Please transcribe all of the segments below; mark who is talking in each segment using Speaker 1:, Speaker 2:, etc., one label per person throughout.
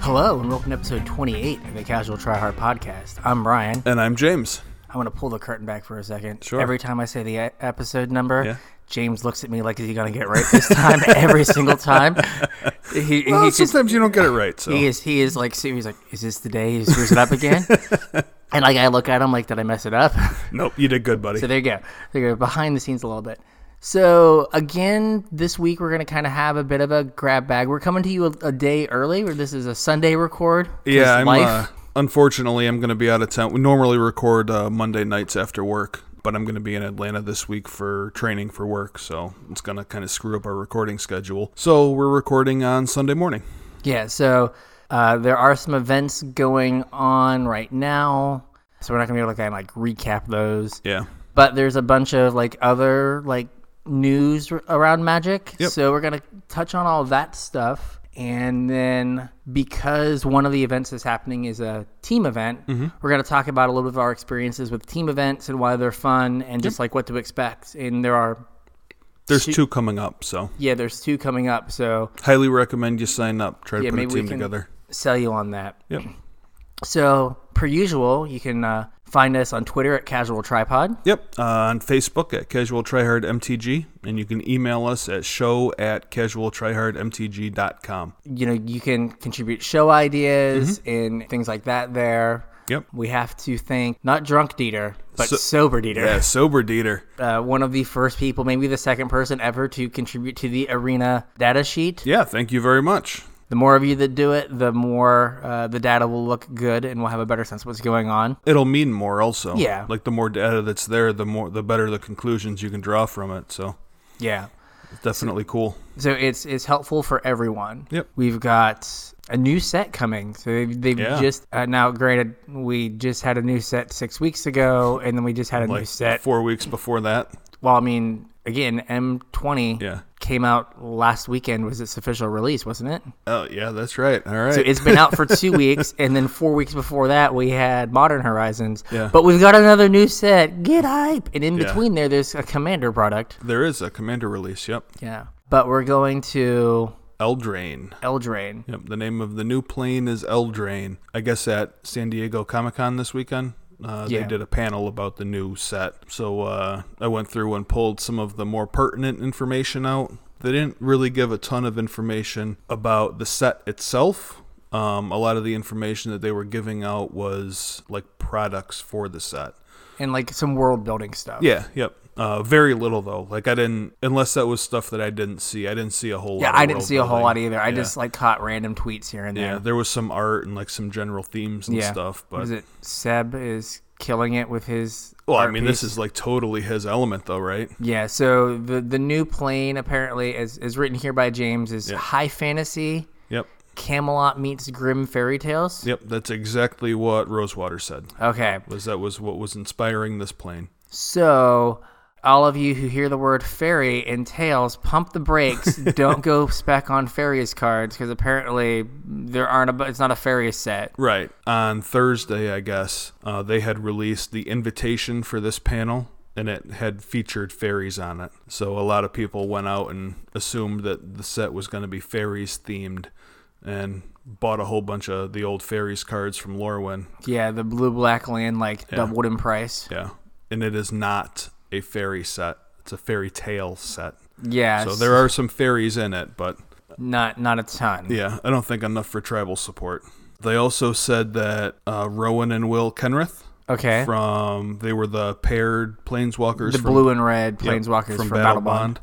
Speaker 1: Hello, and welcome to episode 28 of the Casual Try Hard Podcast. I'm Brian.
Speaker 2: And I'm James.
Speaker 1: I want to pull the curtain back for a second.
Speaker 2: Sure.
Speaker 1: Every time I say the e- episode number,
Speaker 2: Yeah.
Speaker 1: James looks at me like, is he going to get right this time? Every single time. He,
Speaker 2: Well,
Speaker 1: he, just,
Speaker 2: sometimes you don't get it right, so
Speaker 1: he is he is like, serious, like, is this the day he screws it up again? and like, I look at him like, did I mess it up?
Speaker 2: nope, you did good, buddy.
Speaker 1: So there you go. There you go. Behind the scenes a little bit. So again, this week we're going to kind of have a bit of a grab bag. We're coming to you a, a day early. Where this is a Sunday record. 'cause
Speaker 2: yeah, I'm.
Speaker 1: life.
Speaker 2: Uh, unfortunately, I'm going to be out of town. We normally record uh, Monday nights after work, but I'm going to be in Atlanta this week for training for work, so it's going to kind of screw up our recording schedule. So we're recording on Sunday morning.
Speaker 1: Yeah, so uh, there are some events going on right now, so we're not gonna be able to kind of like recap those.
Speaker 2: Yeah,
Speaker 1: But there's a bunch of like other like news r- around Magic,
Speaker 2: Yep.
Speaker 1: so we're gonna touch on all that stuff. And then because one of the events that's happening is a team event, we're going to talk about a little bit of our experiences with team events and why they're fun and just like what to expect. And there are,
Speaker 2: there's two coming up, so
Speaker 1: yeah, there's two coming up. So
Speaker 2: highly recommend you sign up. Try to
Speaker 1: Yeah,
Speaker 2: put a
Speaker 1: maybe we
Speaker 2: team
Speaker 1: can-
Speaker 2: together.
Speaker 1: sell you on that.
Speaker 2: Yep.
Speaker 1: So, per usual, you can uh, find us on Twitter at Casual Tripod.
Speaker 2: Yep, uh, on Facebook at Casual Tryhard MTG, and you can email us at show at casualtryhardmtg.com.
Speaker 1: You know, you can contribute show ideas and things like that there.
Speaker 2: Mm-hmm. Yep.
Speaker 1: We have to thank not drunk Dieter, but
Speaker 2: So-
Speaker 1: sober Dieter.
Speaker 2: Yeah, sober Dieter.
Speaker 1: Uh, one of the first people, maybe the second person ever to contribute to the arena data sheet.
Speaker 2: Yeah, thank you very much.
Speaker 1: The more of you that do it, the more uh, the data will look good and we'll have a better sense of what's going on.
Speaker 2: It'll mean more also.
Speaker 1: Yeah.
Speaker 2: Like the more data that's there, the more the better the conclusions you can draw from it. So
Speaker 1: Yeah.
Speaker 2: it's definitely cool.
Speaker 1: So it's it's helpful for everyone.
Speaker 2: Yep.
Speaker 1: We've got a new set coming. So they've, they've
Speaker 2: Yeah.
Speaker 1: just uh, now. Granted, we just had a new set six weeks ago, and then we just had a new
Speaker 2: Like
Speaker 1: set.
Speaker 2: four weeks before that.
Speaker 1: well, I mean, again, M twenty
Speaker 2: Yeah.
Speaker 1: came out last weekend. Was its official release, wasn't it?
Speaker 2: Oh yeah, that's right. All right.
Speaker 1: So it's been out for two weeks, and then four weeks before that, we had Modern Horizons.
Speaker 2: Yeah.
Speaker 1: But we've got another new set. Get hype! And in
Speaker 2: Yeah.
Speaker 1: between there, there's a Commander product.
Speaker 2: there is a commander release, yep.
Speaker 1: Yeah. But we're going to
Speaker 2: Eldraine.
Speaker 1: Eldraine.
Speaker 2: Yep. The name of the new plane is Eldraine. I guess at San Diego Comic Con this weekend. Uh,
Speaker 1: Yeah.
Speaker 2: They did a panel about the new set. So uh, I went through and pulled some of the more pertinent information out. They didn't really give a ton of information about the set itself. Um, a lot of the information that they were giving out was like products for the set.
Speaker 1: and like some world building stuff.
Speaker 2: Yeah, yep. Uh, very little though. Like I didn't, unless that was stuff that I didn't see. I didn't see a whole.
Speaker 1: Yeah,
Speaker 2: lot of
Speaker 1: I didn't
Speaker 2: world
Speaker 1: see a whole
Speaker 2: building.
Speaker 1: lot either. I
Speaker 2: Yeah.
Speaker 1: just like caught random tweets here and
Speaker 2: Yeah,
Speaker 1: there.
Speaker 2: there was some art and like some general themes and stuff, but
Speaker 1: was it Seb is killing it with his?
Speaker 2: well, I
Speaker 1: art
Speaker 2: mean,
Speaker 1: piece?
Speaker 2: this is like totally his element, though, right?
Speaker 1: yeah. So the the new plane apparently is is written here by James is high fantasy.
Speaker 2: Yep,
Speaker 1: Camelot meets grim fairy tales.
Speaker 2: yep. That's exactly what Rosewater said.
Speaker 1: Okay,
Speaker 2: Was that was what was inspiring this plane?
Speaker 1: so all of you who hear the word fairy and tales, pump the brakes. Don't go spec on fairies cards because apparently there aren't a. bu- It's not a fairy set.
Speaker 2: Right. On Thursday, I guess, uh, they had released the invitation for this panel and it had featured fairies on it. So a lot of people went out and assumed that the set was going to be fairies themed and bought a whole bunch of the old fairies cards from Lorwyn.
Speaker 1: Yeah, the blue black land like doubled in price.
Speaker 2: Yeah. And it is not a fairy set, it's a fairy tale set.
Speaker 1: Yeah.
Speaker 2: So there are some fairies in it, but
Speaker 1: Not not a ton.
Speaker 2: Yeah, I don't think enough for tribal support. They also said that uh, Rowan and Will Kenrith
Speaker 1: Okay.
Speaker 2: from they were the paired planeswalkers
Speaker 1: Eh? the
Speaker 2: from,
Speaker 1: blue and red
Speaker 2: yep,
Speaker 1: planeswalkers from, Battle Bond.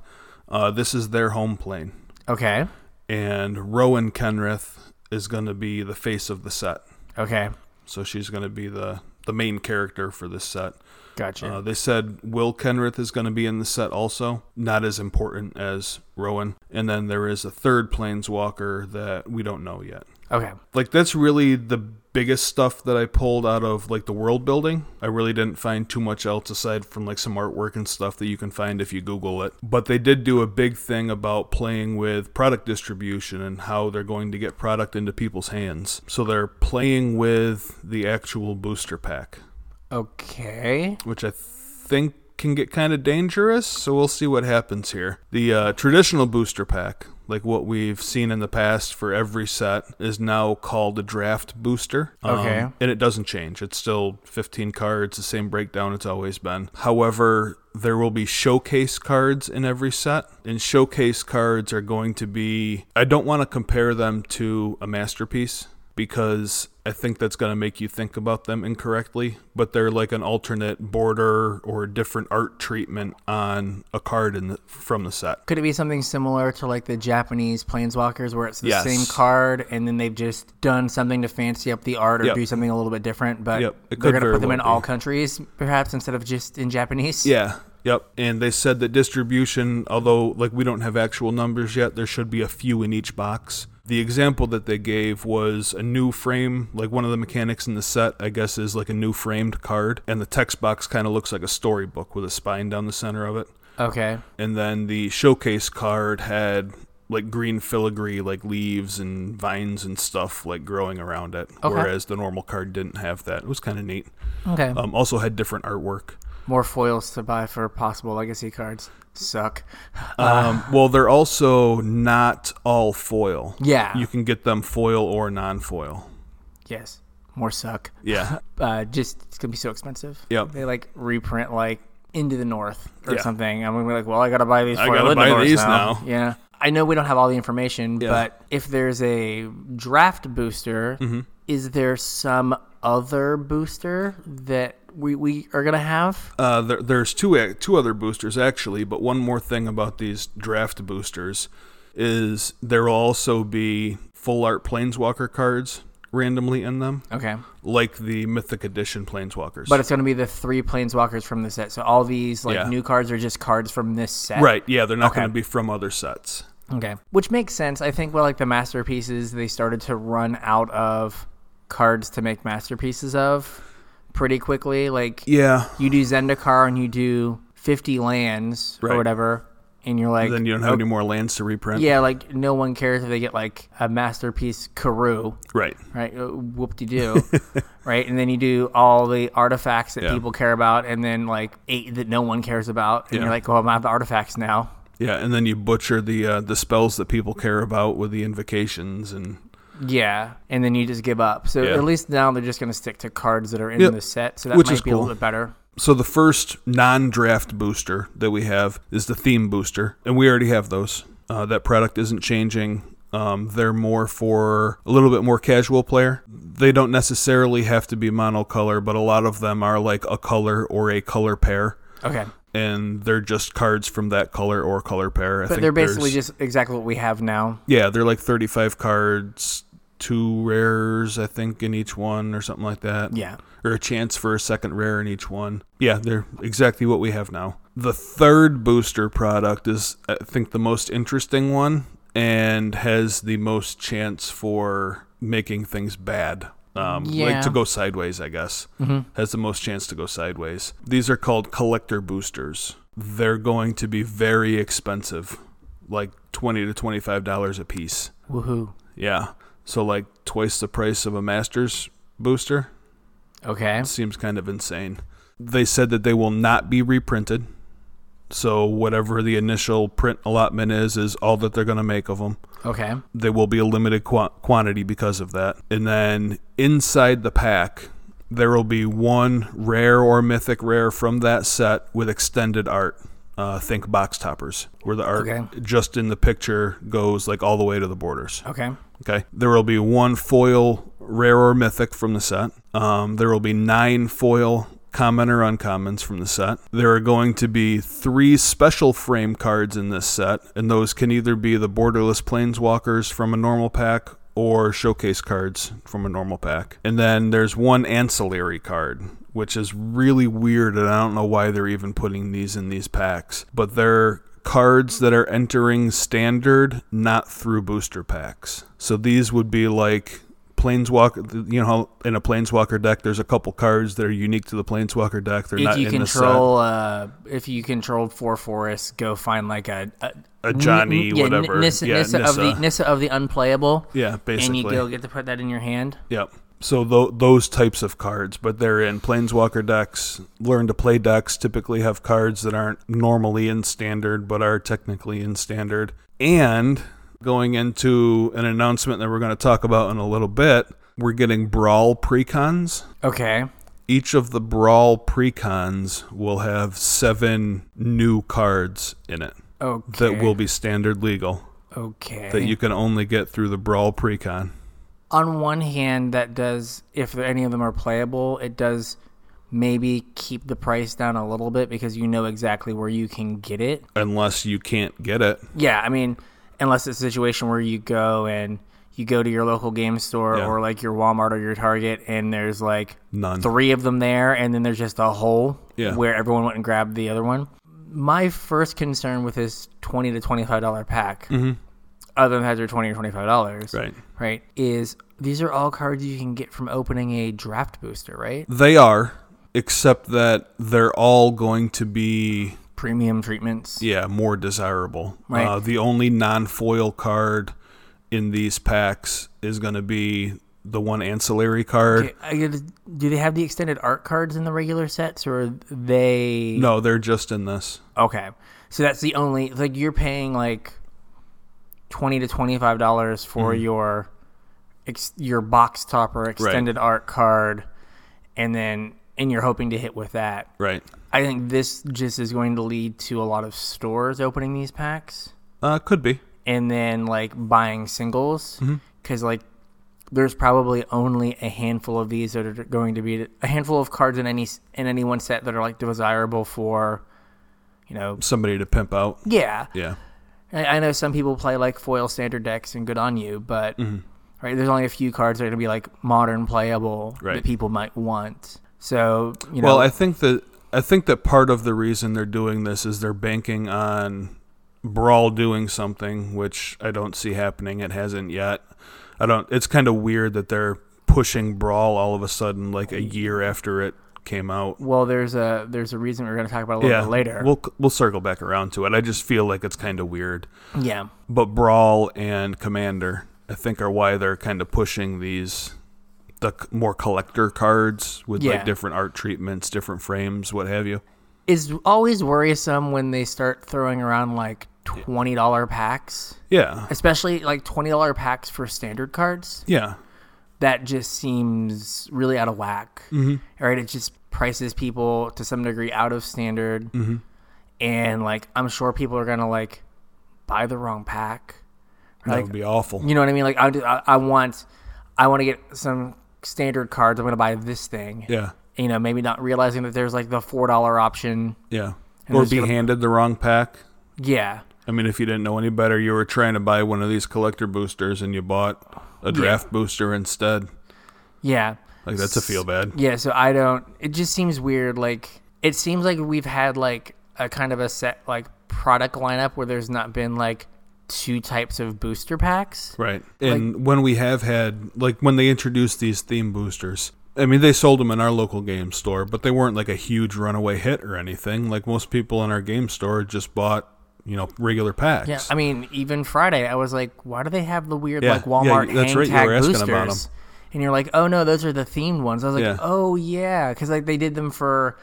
Speaker 2: Uh, this is their home plane,
Speaker 1: Okay.
Speaker 2: and Rowan Kenrith is going to be the face of the set.
Speaker 1: Okay.
Speaker 2: So she's going to be the the main character for this set.
Speaker 1: Gotcha.
Speaker 2: Uh, they said Will Kenrith is going to be in the set also, not as important as Rowan. And then there is a third planeswalker that we don't know yet.
Speaker 1: okay.
Speaker 2: like that's really the biggest stuff that I pulled out of like the world building. I really didn't find too much else aside from like some artwork and stuff that you can find if you Google it. But they did do a big thing about playing with product distribution and how they're going to get product into people's hands. So they're playing with the actual booster pack,
Speaker 1: Okay.
Speaker 2: which I think can get kind of dangerous. So we'll see what happens here. The uh, traditional booster pack like what we've seen in the past for every set, is now called a draft booster. Um,
Speaker 1: Okay.
Speaker 2: And it doesn't change. It's still 15 cards, the same breakdown it's always been. However, there will be showcase cards in every set, and showcase cards are going to be. I don't want to compare them to a masterpiece because I think that's going to make you think about them incorrectly, but they're like an alternate border or different art treatment on a card in the, from the set.
Speaker 1: Could it be something similar to like the Japanese planeswalkers where it's the
Speaker 2: Yes.
Speaker 1: same card and then they've just done something to fancy up the art or
Speaker 2: Yep.
Speaker 1: do something a little bit different, but
Speaker 2: Yep. It
Speaker 1: they're
Speaker 2: could
Speaker 1: going to
Speaker 2: very
Speaker 1: put them
Speaker 2: well
Speaker 1: in
Speaker 2: be.
Speaker 1: all countries perhaps instead of just in Japanese?
Speaker 2: Yeah. Yep. And they said that distribution, although like we don't have actual numbers yet, there should be a few in each box. The example that they gave was a new frame, like one of the mechanics in the set, I guess, is like a new framed card. And the text box kind of looks like a storybook with a spine down the center of it.
Speaker 1: Okay.
Speaker 2: And then the showcase card had like green filigree, like leaves and vines and stuff like growing around it.
Speaker 1: Okay.
Speaker 2: Whereas the normal card didn't have that. It was kind of neat.
Speaker 1: Okay.
Speaker 2: Um, also had different artwork.
Speaker 1: More foils to buy for possible legacy cards. Suck.
Speaker 2: Um,
Speaker 1: Ah.
Speaker 2: well, they're also not all foil.
Speaker 1: Yeah.
Speaker 2: You can get them foil or non foil.
Speaker 1: Yes. More suck.
Speaker 2: Yeah.
Speaker 1: Uh, just it's gonna be so expensive.
Speaker 2: Yep.
Speaker 1: They like reprint like into the north or
Speaker 2: Yeah.
Speaker 1: something. I'm gonna be like, well, I gotta buy these.
Speaker 2: I
Speaker 1: for
Speaker 2: gotta
Speaker 1: Lindenors
Speaker 2: buy these now.
Speaker 1: Yeah. I know we don't have all the information, but if there's a draft booster,
Speaker 2: Mm-hmm.
Speaker 1: is there some other booster that we, we are gonna have?
Speaker 2: Uh, there, there's two ac- two other boosters actually, but one more thing about these draft boosters is there will also be full art planeswalker cards randomly in them,
Speaker 1: Okay.
Speaker 2: like the Mythic Edition planeswalkers.
Speaker 1: But it's gonna be the three planeswalkers from the set. So all these like
Speaker 2: Yeah.
Speaker 1: new cards are just cards from this set.
Speaker 2: right, yeah, they're not
Speaker 1: Okay.
Speaker 2: going to be from other sets.
Speaker 1: Okay. Which makes sense. I think well like the masterpieces they started to run out of cards to make masterpieces of pretty quickly. Like
Speaker 2: Yeah,
Speaker 1: you do Zendikar and you do fifty lands
Speaker 2: Right.
Speaker 1: or whatever and you're like
Speaker 2: then you don't have any more lands to reprint.
Speaker 1: Oh. Yeah, like no one cares if they get like a masterpiece Karoo,
Speaker 2: right.
Speaker 1: right? Whoop de doo. right? And then you do all the artifacts that
Speaker 2: Yeah.
Speaker 1: people care about and then like eight that no one cares about and
Speaker 2: Yeah.
Speaker 1: you're like, Well, I'm out of the artifacts now.
Speaker 2: Yeah, and then you butcher the uh, the spells that people care about with the invocations and
Speaker 1: Yeah, and then you just give up. So
Speaker 2: Yeah.
Speaker 1: at least now they're just going to stick to cards that are in
Speaker 2: Yep.
Speaker 1: the set. So that
Speaker 2: Which
Speaker 1: might
Speaker 2: is
Speaker 1: be a
Speaker 2: cool.
Speaker 1: little bit better.
Speaker 2: So the first non-draft booster that we have is the theme booster, and we already have those. Uh, that product isn't changing. Um, they're more for a little bit more casual player. They don't necessarily have to be monocolor, but a lot of them are like a color or a color pair,
Speaker 1: Okay,
Speaker 2: and they're just cards from that color or color pair. I
Speaker 1: but
Speaker 2: think
Speaker 1: they're basically
Speaker 2: there's-
Speaker 1: just exactly what we have now.
Speaker 2: yeah, they're like thirty-five cards, two rares, I think, in each one or something like that
Speaker 1: Yeah.
Speaker 2: or a chance for a second rare in each one. Yeah, they're exactly what we have now. The third booster product is, I think, the most interesting one and has the most chance for making things bad. Um, Like
Speaker 1: Yeah.
Speaker 2: to go sideways, I guess. Has the most chance to go sideways. These are called collector boosters. They're going to be very expensive, like 20 to $25 a piece.
Speaker 1: Woohoo.
Speaker 2: Yeah. So, like twice the price of a master's booster
Speaker 1: Okay.
Speaker 2: seems kind of insane. They said that they will not be reprinted. So whatever the initial print allotment is is all that they're going to make of them.
Speaker 1: Okay.
Speaker 2: They will be a limited qua- quantity because of that. And then inside the pack, there will be one rare or mythic rare from that set with extended art. Uh, think box toppers, where the art
Speaker 1: Okay.
Speaker 2: just in the picture goes like all the way to the borders.
Speaker 1: Okay.
Speaker 2: Okay. There will be one foil rare or mythic from the set. Um, there will be nine foil common or uncommons from the set. There are going to be three special frame cards in this set, and those can either be the borderless planeswalkers from a normal pack or showcase cards from a normal pack. And then there's one ancillary card, which is really weird, and I don't know why they're even putting these in these packs, but they're cards that are entering standard, not through booster packs. So these would be like planeswalker you know how in a planeswalker deck there's a couple cards that are unique to the planeswalker deck they're
Speaker 1: If
Speaker 2: not
Speaker 1: you
Speaker 2: in
Speaker 1: control, uh, if you control four forests, go find like a, a
Speaker 2: the set uh, a johnny
Speaker 1: N- yeah, N-
Speaker 2: whatever
Speaker 1: Nissa,
Speaker 2: yeah,
Speaker 1: Nissa of the
Speaker 2: Nissa.
Speaker 1: Nissa of the unplayable,
Speaker 2: yeah
Speaker 1: and
Speaker 2: basically
Speaker 1: you go get to put that in your hand.
Speaker 2: Yep. So tho- those types of cards, but they're in planeswalker decks. Learn to play decks typically have cards that aren't normally in standard, but are technically in standard. And Going into an announcement that we're going to talk about in a little bit, we're getting Brawl precons.
Speaker 1: Okay.
Speaker 2: Each of the Brawl precons will have seven new cards in it
Speaker 1: Okay.
Speaker 2: that will be standard legal
Speaker 1: Okay.
Speaker 2: that you can only get through the Brawl precon.
Speaker 1: on one hand, that does, if any of them are playable, it does maybe keep the price down a little bit because you know exactly where you can get it.
Speaker 2: Unless you can't get it,
Speaker 1: Yeah, I mean, unless it's a situation where you go and you go to your local game store
Speaker 2: Yeah.
Speaker 1: or like your Walmart or your Target and there's like
Speaker 2: none.
Speaker 1: three of them there and then there's just a hole
Speaker 2: Yeah.
Speaker 1: where everyone went and grabbed the other one. My first concern with this 20 to $25 pack, other than that they're 20 or $25,
Speaker 2: Mm-hmm. Right.
Speaker 1: right, is these are all cards you can get from opening a draft booster, right?
Speaker 2: They are, except that they're all going to be
Speaker 1: Premium treatments.
Speaker 2: yeah more desirable.
Speaker 1: Right.
Speaker 2: Uh, the only non-foil card in these packs is going to be the one ancillary card.
Speaker 1: Okay, I gotta- Do they have the extended art cards in the regular sets or are they
Speaker 2: No, they're just in this.
Speaker 1: Okay. So that's the only like you're paying like twenty to twenty five dollars for your ex, your box topper extended art card, and then and you're hoping to hit with that.
Speaker 2: Right.
Speaker 1: I think this just is going to lead to a lot of stores opening these packs
Speaker 2: Uh, could be.
Speaker 1: and then like buying singles
Speaker 2: Mm-hmm.
Speaker 1: because like there's probably only a handful of these that are going to be a handful of cards in any s- in any one set that are like desirable for you know
Speaker 2: Somebody to pimp out.
Speaker 1: yeah
Speaker 2: Yeah.
Speaker 1: I, I know some people play like foil standard decks and good on you, but
Speaker 2: Mm-hmm.
Speaker 1: right there's only a few cards that are going to be like modern playable
Speaker 2: Right.
Speaker 1: that people might want. So you know,
Speaker 2: Well, I think that I think that part of the reason they're doing this is they're banking on Brawl doing something, which I don't see happening. It hasn't yet. I don't. It's kind of weird that they're pushing Brawl all of a sudden, like a year after it came out.
Speaker 1: well there's a there's a reason we're going to talk about it a little
Speaker 2: Yeah,
Speaker 1: bit later.
Speaker 2: We'll we'll circle back around to it. I just feel like it's kind of weird.
Speaker 1: yeah,
Speaker 2: But Brawl and Commander, I think, are why they're kind of pushing these the c- more collector cards with
Speaker 1: Yeah.
Speaker 2: like different art treatments, different frames, what have you.
Speaker 1: is always worrisome when they start throwing around like twenty dollar packs,
Speaker 2: Yeah.
Speaker 1: especially like twenty dollar packs for standard cards.
Speaker 2: Yeah.
Speaker 1: that just seems really out of whack.
Speaker 2: Mm-hmm.
Speaker 1: Right? It just prices people to some degree out of standard.
Speaker 2: Mm-hmm.
Speaker 1: And like, I'm sure people are going to like buy the wrong pack.
Speaker 2: that
Speaker 1: Like,
Speaker 2: would be awful.
Speaker 1: you know what I mean? Like, I, I, I want, I want to get some standard cards. I'm going to buy this thing.
Speaker 2: yeah.
Speaker 1: You know, maybe not realizing that there's like the $4 option.
Speaker 2: Yeah.
Speaker 1: And
Speaker 2: or
Speaker 1: there's
Speaker 2: be
Speaker 1: gonna-
Speaker 2: handed the wrong pack.
Speaker 1: Yeah.
Speaker 2: I mean, if you didn't know any better, you were trying to buy one of these collector boosters and you bought a draft booster instead.
Speaker 1: Yeah.
Speaker 2: Like, that's a feel bad.
Speaker 1: Yeah, so I don't. It just seems weird. Like it seems like we've had like a kind of a set like product lineup where there's not been like two types of booster packs.
Speaker 2: Right. And when we have had, like, when they introduced these theme boosters, I mean, they sold them in our local game store, but they weren't like a huge runaway hit or anything. Like, most people in our game store just bought, you know, regular packs.
Speaker 1: Yeah, I mean, even Friday, I was like, why do they have the weird
Speaker 2: Yeah,
Speaker 1: like
Speaker 2: yeah,
Speaker 1: Walmart
Speaker 2: you- that's
Speaker 1: hang
Speaker 2: right, you
Speaker 1: tag
Speaker 2: were asking
Speaker 1: boosters?
Speaker 2: about
Speaker 1: And you're like, oh no, those are the themed ones. I was like,
Speaker 2: Yeah.
Speaker 1: oh yeah, because like they did them for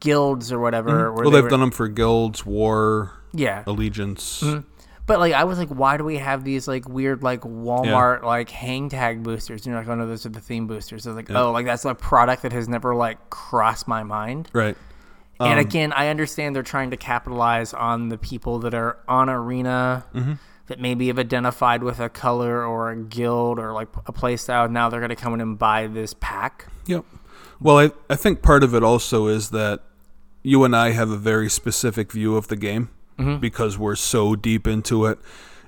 Speaker 1: guilds or whatever. where
Speaker 2: Mm-hmm. well,
Speaker 1: they
Speaker 2: they've
Speaker 1: were-
Speaker 2: 'em done them for guilds, war,
Speaker 1: yeah,
Speaker 2: allegiance.
Speaker 1: Mm-hmm. But like I was like, why do we have these like weird like Walmart like hang tag boosters? And you're like, oh no, those are the theme boosters. I was like, oh, like that's a product that has never like crossed my mind.
Speaker 2: Right.
Speaker 1: and again, I understand they're trying to capitalize on the people that are on arena that maybe have identified with a color or a guild or like a play style. Now they're gonna come in and buy this pack.
Speaker 2: Yep. Well, I, I think part of it also is that you and I have a very specific view of the game because we're so deep into it.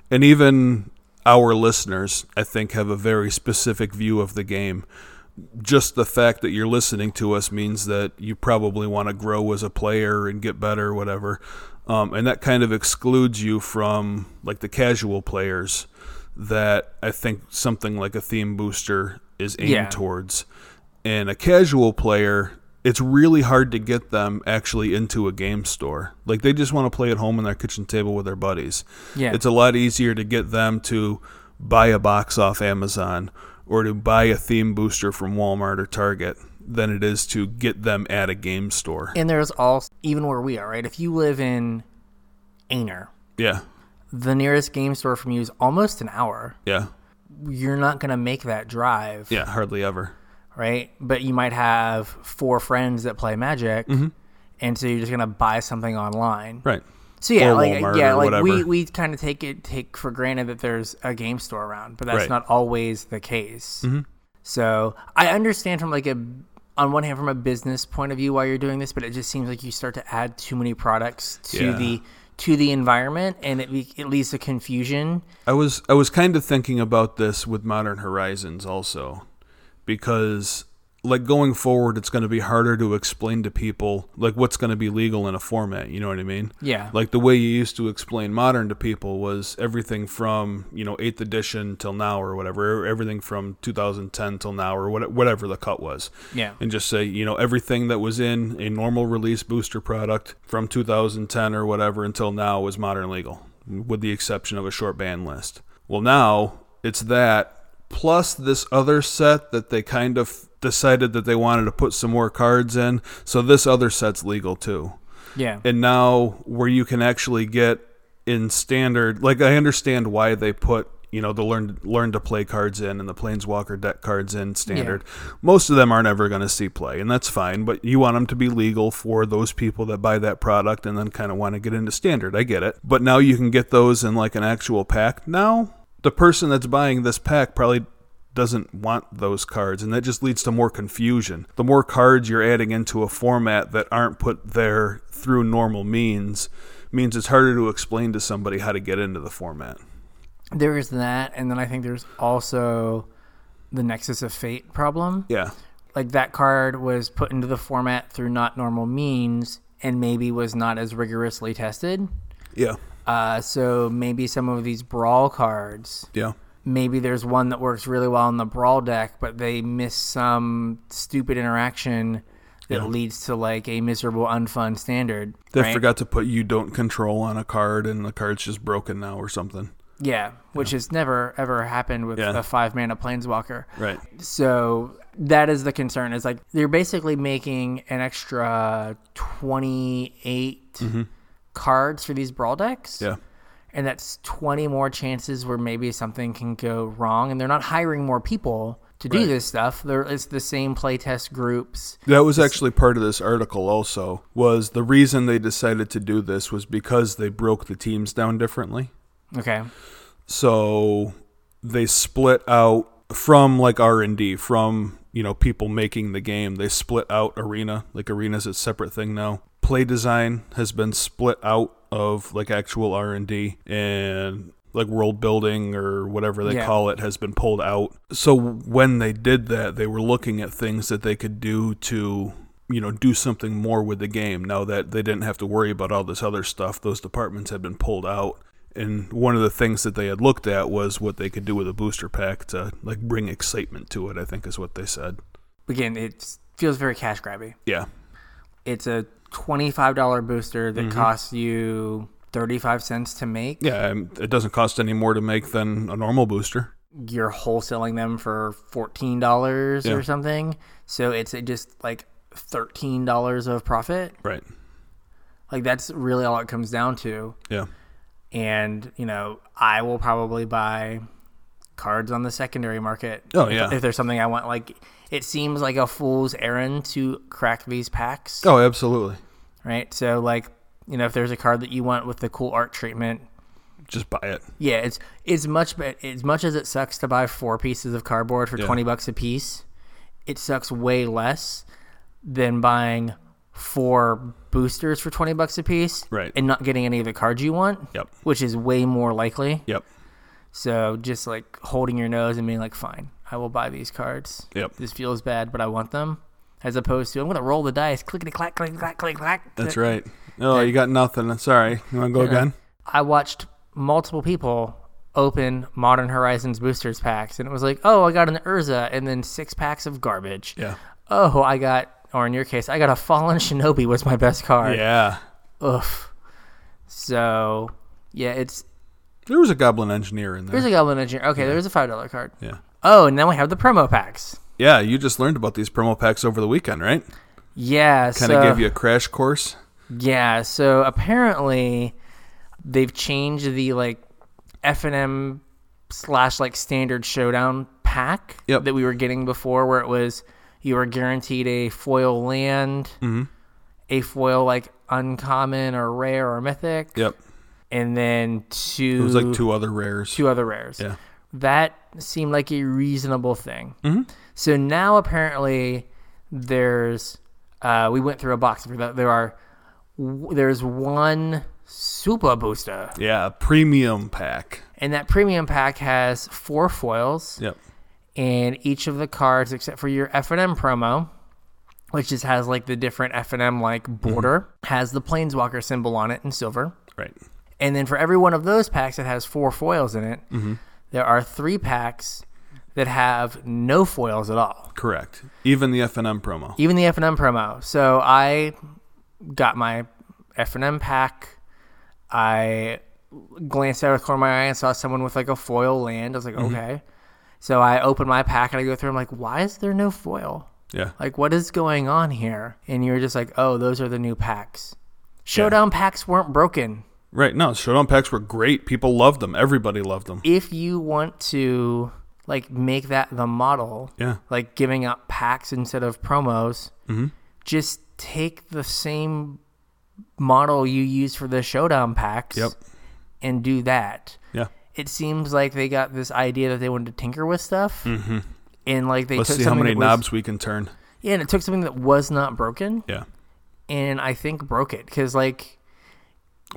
Speaker 2: And even our listeners, I think, have a very specific view of the game. Just the fact that you're listening to us means that you probably want to grow as a player and get better, whatever. Um, and that kind of excludes you from like the casual players that I think something like a theme booster is aimed
Speaker 1: Yeah.
Speaker 2: towards. And a casual player, it's really hard to get them actually into a game store. Like they just want to play at home on their kitchen table with their buddies.
Speaker 1: Yeah.
Speaker 2: It's a lot easier to get them to buy a box off Amazon or to buy a theme booster from Walmart or Target than it is to get them at a game store.
Speaker 1: And there's all even where we are, right? If you live in Aner,
Speaker 2: Yeah.
Speaker 1: the nearest game store from you is almost an hour.
Speaker 2: Yeah.
Speaker 1: You're not going to make that drive,
Speaker 2: Yeah. Hardly ever.
Speaker 1: right? But you might have four friends that play Magic, and so you're just going to buy something online.
Speaker 2: Right.
Speaker 1: So yeah,
Speaker 2: Mm-hmm. Or
Speaker 1: like
Speaker 2: Walmart
Speaker 1: yeah,
Speaker 2: or
Speaker 1: like we,
Speaker 2: whatever.
Speaker 1: we kind of take it take for granted that there's a game store around, but that's
Speaker 2: Right. Mm-hmm.
Speaker 1: not always the case. So I understand from like a on one hand from a business point of view why you're doing this, but it just seems like you start to add too many products to
Speaker 2: Yeah.
Speaker 1: the to the environment, and it be- it leads to confusion.
Speaker 2: I was I was kind of thinking about this with Modern Horizons also, because like going forward, it's going to be harder to explain to people like what's going to be legal in a format. You know what I mean?
Speaker 1: Yeah.
Speaker 2: Like the way you used to explain modern to people was everything from you know eighth edition till now or whatever, e-, everything from 2010 till now or what, whatever the cut was
Speaker 1: Yeah.
Speaker 2: and just say, you know, everything that was in a normal release booster product from 2010 or whatever until now was modern legal, with the exception of a short ban list. Well, now it's that plus this other set that they kind of decided that they wanted to put some more cards in, so this other set's legal too
Speaker 1: Yeah.
Speaker 2: and now where you can actually get in standard like i understand why they put you know the learn learn to play cards in and the planeswalker deck cards in standard most of them aren't ever going to see play and that's fine but you want them to be legal for those people that buy that product and then kind of want to get into standard i get it but now you can get those in like an actual pack now the person that's buying this pack probably doesn't want those cards and that just leads to more confusion the more cards you're adding into a format that aren't put there through normal means means it's harder to explain to somebody how to get into the format
Speaker 1: There is that, and then I think there's also the Nexus of Fate problem.
Speaker 2: yeah
Speaker 1: like that card was put into the format through not normal means and maybe was not as rigorously tested.
Speaker 2: yeah
Speaker 1: Uh, so maybe some of these brawl cards,
Speaker 2: yeah
Speaker 1: maybe there's one that works really well in the brawl deck, but they miss some stupid interaction that leads to like a miserable, unfun standard.
Speaker 2: they
Speaker 1: right?
Speaker 2: forgot to put you don't control on a card and the card's just broken now or something
Speaker 1: Yeah, which has never ever happened with
Speaker 2: Yeah.
Speaker 1: a five mana planeswalker.
Speaker 2: right
Speaker 1: So that is the concern. Is like they're basically making an extra 28 cards for these brawl decks.
Speaker 2: Mm-hmm. yeah
Speaker 1: And that's 20 more chances where maybe something can go wrong. And they're not hiring more people to do
Speaker 2: Right.
Speaker 1: this stuff. They're, it's the same playtest groups.
Speaker 2: That was actually part of this article also was the reason they decided to do this was because they broke the teams down differently.
Speaker 1: Okay.
Speaker 2: So they split out from like R&D from, you know, people making the game. They split out arena, like arena's a separate thing now. Play design has been split out of like actual R&D and like world building or whatever they
Speaker 1: Yeah.
Speaker 2: call it has been pulled out. So when they did that, they were looking at things that they could do to you know do something more with the game now that they didn't have to worry about all this other stuff those departments had been pulled out and one of the things that they had looked at was what they could do with a booster pack to like bring excitement to it i think is what they said
Speaker 1: Again, it feels very cash grabby.
Speaker 2: yeah
Speaker 1: It's a $25 booster that
Speaker 2: Mm-hmm.
Speaker 1: costs you 35 cents to make.
Speaker 2: yeah um, it doesn't cost any more to make than a normal booster
Speaker 1: you're wholesaling them for fourteen dollars
Speaker 2: Yeah.
Speaker 1: or something. So it's just like thirteen dollars of profit.
Speaker 2: right
Speaker 1: Like that's really all it comes down to.
Speaker 2: yeah
Speaker 1: And you know, I will probably buy cards on the secondary market.
Speaker 2: Oh,
Speaker 1: if-
Speaker 2: yeah.
Speaker 1: If there's something I want, like it seems like a fool's errand to crack these packs,
Speaker 2: oh absolutely
Speaker 1: right? So like, you know, if there's a card that you want with the cool art treatment,
Speaker 2: just buy it
Speaker 1: Yeah, it's it's much be- as much as it sucks to buy four pieces of cardboard for twenty bucks a piece. It sucks way less than buying four boosters for twenty bucks a piece,
Speaker 2: Right.
Speaker 1: And not getting any of the cards you want,
Speaker 2: Yep.
Speaker 1: Which is way more likely.
Speaker 2: yep
Speaker 1: So just like holding your nose and being like, "Fine, I will buy these cards.
Speaker 2: Yep.
Speaker 1: This feels bad, but I want them." As opposed to, I'm gonna roll the dice, clickety clack, clickety clack, clickety clack.
Speaker 2: that's right oh you got nothing sorry you want to go again
Speaker 1: I watched multiple people open Modern Horizons boosters packs, and it was like, oh, I got an Urza, and then six packs of garbage.
Speaker 2: yeah
Speaker 1: Oh, I got, or in your case, I got a Fallen Shinobi was my best card.
Speaker 2: yeah
Speaker 1: Oof. So, yeah, it's
Speaker 2: there was a goblin engineer in there
Speaker 1: there's a Goblin Engineer. Okay, there's a five dollar card.
Speaker 2: yeah
Speaker 1: Oh, and then we have the promo packs.
Speaker 2: yeah you just learned about these promo packs over the weekend right
Speaker 1: Yeah,
Speaker 2: kind
Speaker 1: so
Speaker 2: of gave you a crash course
Speaker 1: yeah, so apparently They've changed the like F and M slash like standard showdown pack
Speaker 2: Yep.
Speaker 1: that we were getting before, where it was you were guaranteed a foil land,
Speaker 2: Mm-hmm.
Speaker 1: a foil like uncommon or rare or mythic,
Speaker 2: Yep.
Speaker 1: and then two
Speaker 2: It was like two other rares.
Speaker 1: two other rares.
Speaker 2: Yeah.
Speaker 1: That seemed like a reasonable thing. So now apparently there's uh, we went through a box for that. There are w- there's one super booster,
Speaker 2: Yeah, premium pack.
Speaker 1: and that premium pack has four foils,
Speaker 2: Yep.
Speaker 1: and each of the cards except for your F and M promo. Which just has like the different F and M like border, has the planeswalker symbol on it in silver.
Speaker 2: Right.
Speaker 1: And then for every one of those packs that has four foils in it, there are three packs that have no foils at all.
Speaker 2: Correct. Even the F and M promo.
Speaker 1: Even the F and M promo. So I got my F and M pack. I glanced out of the corner of my eye and saw someone with like a foil land. I was like, okay. So I open my pack and I go through. I'm like, why is there no foil?
Speaker 2: Yeah.
Speaker 1: Like, what is going on here? And you were just like, oh, those are the new packs. Showdown packs weren't broken.
Speaker 2: Right. No, showdown packs were great. People loved them. Everybody loved them.
Speaker 1: if you want to like make that the model,
Speaker 2: Yeah.
Speaker 1: like giving out packs instead of promos,
Speaker 2: Mm-hmm.
Speaker 1: just take the same model you use for the showdown packs
Speaker 2: Yep.
Speaker 1: and do that.
Speaker 2: Yeah.
Speaker 1: It seems like they got this idea that they wanted to tinker with stuff. Mm-hmm. And like they
Speaker 2: Let's
Speaker 1: took
Speaker 2: see how
Speaker 1: something
Speaker 2: many
Speaker 1: that was-
Speaker 2: knobs we can turn.
Speaker 1: Yeah, and it took something that was not broken,
Speaker 2: Yeah.
Speaker 1: and I think broke it because like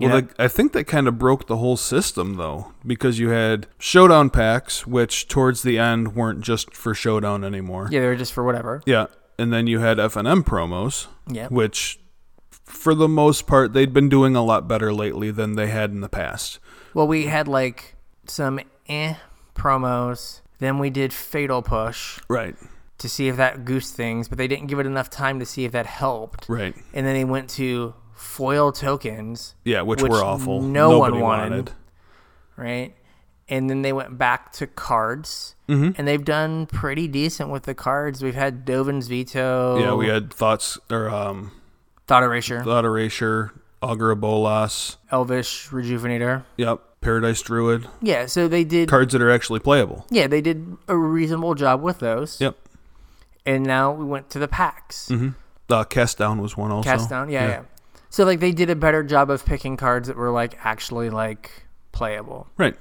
Speaker 2: Well,
Speaker 1: Yeah.
Speaker 2: like, I think that kind of broke the whole system, though, because you had showdown packs, which towards the end weren't just for showdown anymore.
Speaker 1: yeah, they were just for whatever.
Speaker 2: Yeah, and then you had F and M promos,
Speaker 1: Yeah,
Speaker 2: which, for the most part, they'd been doing a lot better lately than they had in the past.
Speaker 1: Well, we had like some eh promos. Then we did Fatal Push
Speaker 2: Right.
Speaker 1: to see if that goose things, but they didn't give it enough time to see if that helped.
Speaker 2: Right.
Speaker 1: And then they went to foil tokens,
Speaker 2: Yeah, which,
Speaker 1: Which
Speaker 2: were awful.
Speaker 1: no one
Speaker 2: Nobody
Speaker 1: wanted. right? And then they went back to cards,
Speaker 2: Mm-hmm.
Speaker 1: and they've done pretty decent with the cards. We've had Dovin's Veto,
Speaker 2: Yeah, we had thoughts or um,
Speaker 1: Thought Erasure,
Speaker 2: thought erasure, augur bolas.
Speaker 1: Elvish Rejuvenator.
Speaker 2: Yep, paradise druid
Speaker 1: Yeah, so they did.
Speaker 2: cards that are actually playable.
Speaker 1: yeah, they did a reasonable job with those.
Speaker 2: Yep.
Speaker 1: And now we went to the packs.
Speaker 2: Uh, cast down was one also.
Speaker 1: cast down. Yeah, yeah, So like they did a better job of picking cards that were like actually like playable.
Speaker 2: Right.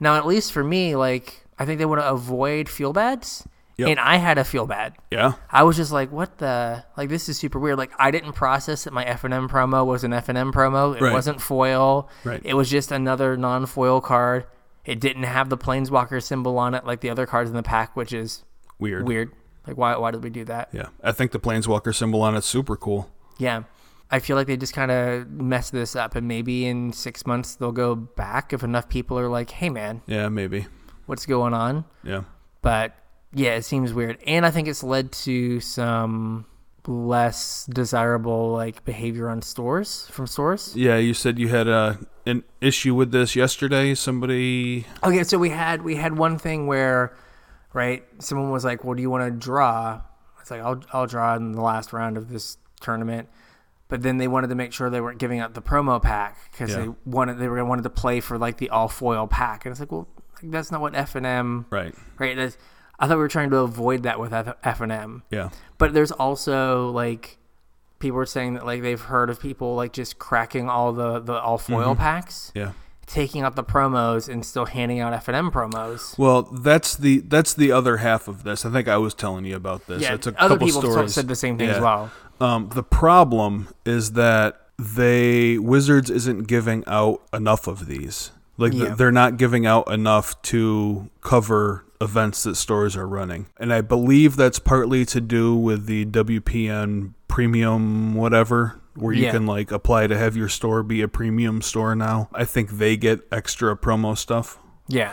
Speaker 1: Now at least for me, like I think they want to avoid feel bads.
Speaker 2: Yep.
Speaker 1: And I had a feel bad.
Speaker 2: Yeah.
Speaker 1: I was just like, what the like this is super weird. Like I didn't process that my F and M promo was an F and M promo. It
Speaker 2: Right.
Speaker 1: wasn't foil.
Speaker 2: Right.
Speaker 1: It was just another non foil card. It didn't have the planeswalker symbol on it like the other cards in the pack, which is
Speaker 2: Weird.
Speaker 1: weird. Like why why did we do that?
Speaker 2: Yeah. I think the planeswalker symbol on it's super cool.
Speaker 1: Yeah. I feel like they just kind of messed this up, and maybe in six months they'll go back if enough people are like, hey, man,
Speaker 2: Yeah, maybe.
Speaker 1: what's going on?
Speaker 2: Yeah.
Speaker 1: But yeah, it seems weird. And I think it's led to some less desirable like behavior on stores from stores.
Speaker 2: Yeah, you said you had uh, an issue with this yesterday. Somebody.
Speaker 1: Okay, so we had we had one thing where right, someone was like, Well, do you want to draw? It's like I'll I'll draw in the last round of this tournament. But then they wanted to make sure they weren't giving out the promo pack because
Speaker 2: Yeah.
Speaker 1: they wanted they were wanted to play for like the all foil pack, and it's like, well, like, that's not what F and M
Speaker 2: Right.
Speaker 1: right. That's, I thought we were trying to avoid that with F and M,
Speaker 2: Yeah.
Speaker 1: but there's also like people were saying that like they've heard of people like just cracking all the the all foil packs,
Speaker 2: Yeah.
Speaker 1: taking out the promos and still handing out F and M promos.
Speaker 2: Well, that's the that's the other half of this. I think I was telling you about this.
Speaker 1: Yeah,
Speaker 2: it's a
Speaker 1: other
Speaker 2: couple
Speaker 1: people t-
Speaker 2: stories.
Speaker 1: said the same thing as
Speaker 2: Yeah.
Speaker 1: well.
Speaker 2: Um, the problem is that they Wizards isn't giving out enough of these. Like th-
Speaker 1: Yeah.
Speaker 2: they're not giving out enough to cover events that stores are running, and I believe that's partly to do with the WPN premium whatever. Where you
Speaker 1: Yeah.
Speaker 2: can like apply to have your store be a premium store now. I think they get extra promo stuff.
Speaker 1: Yeah.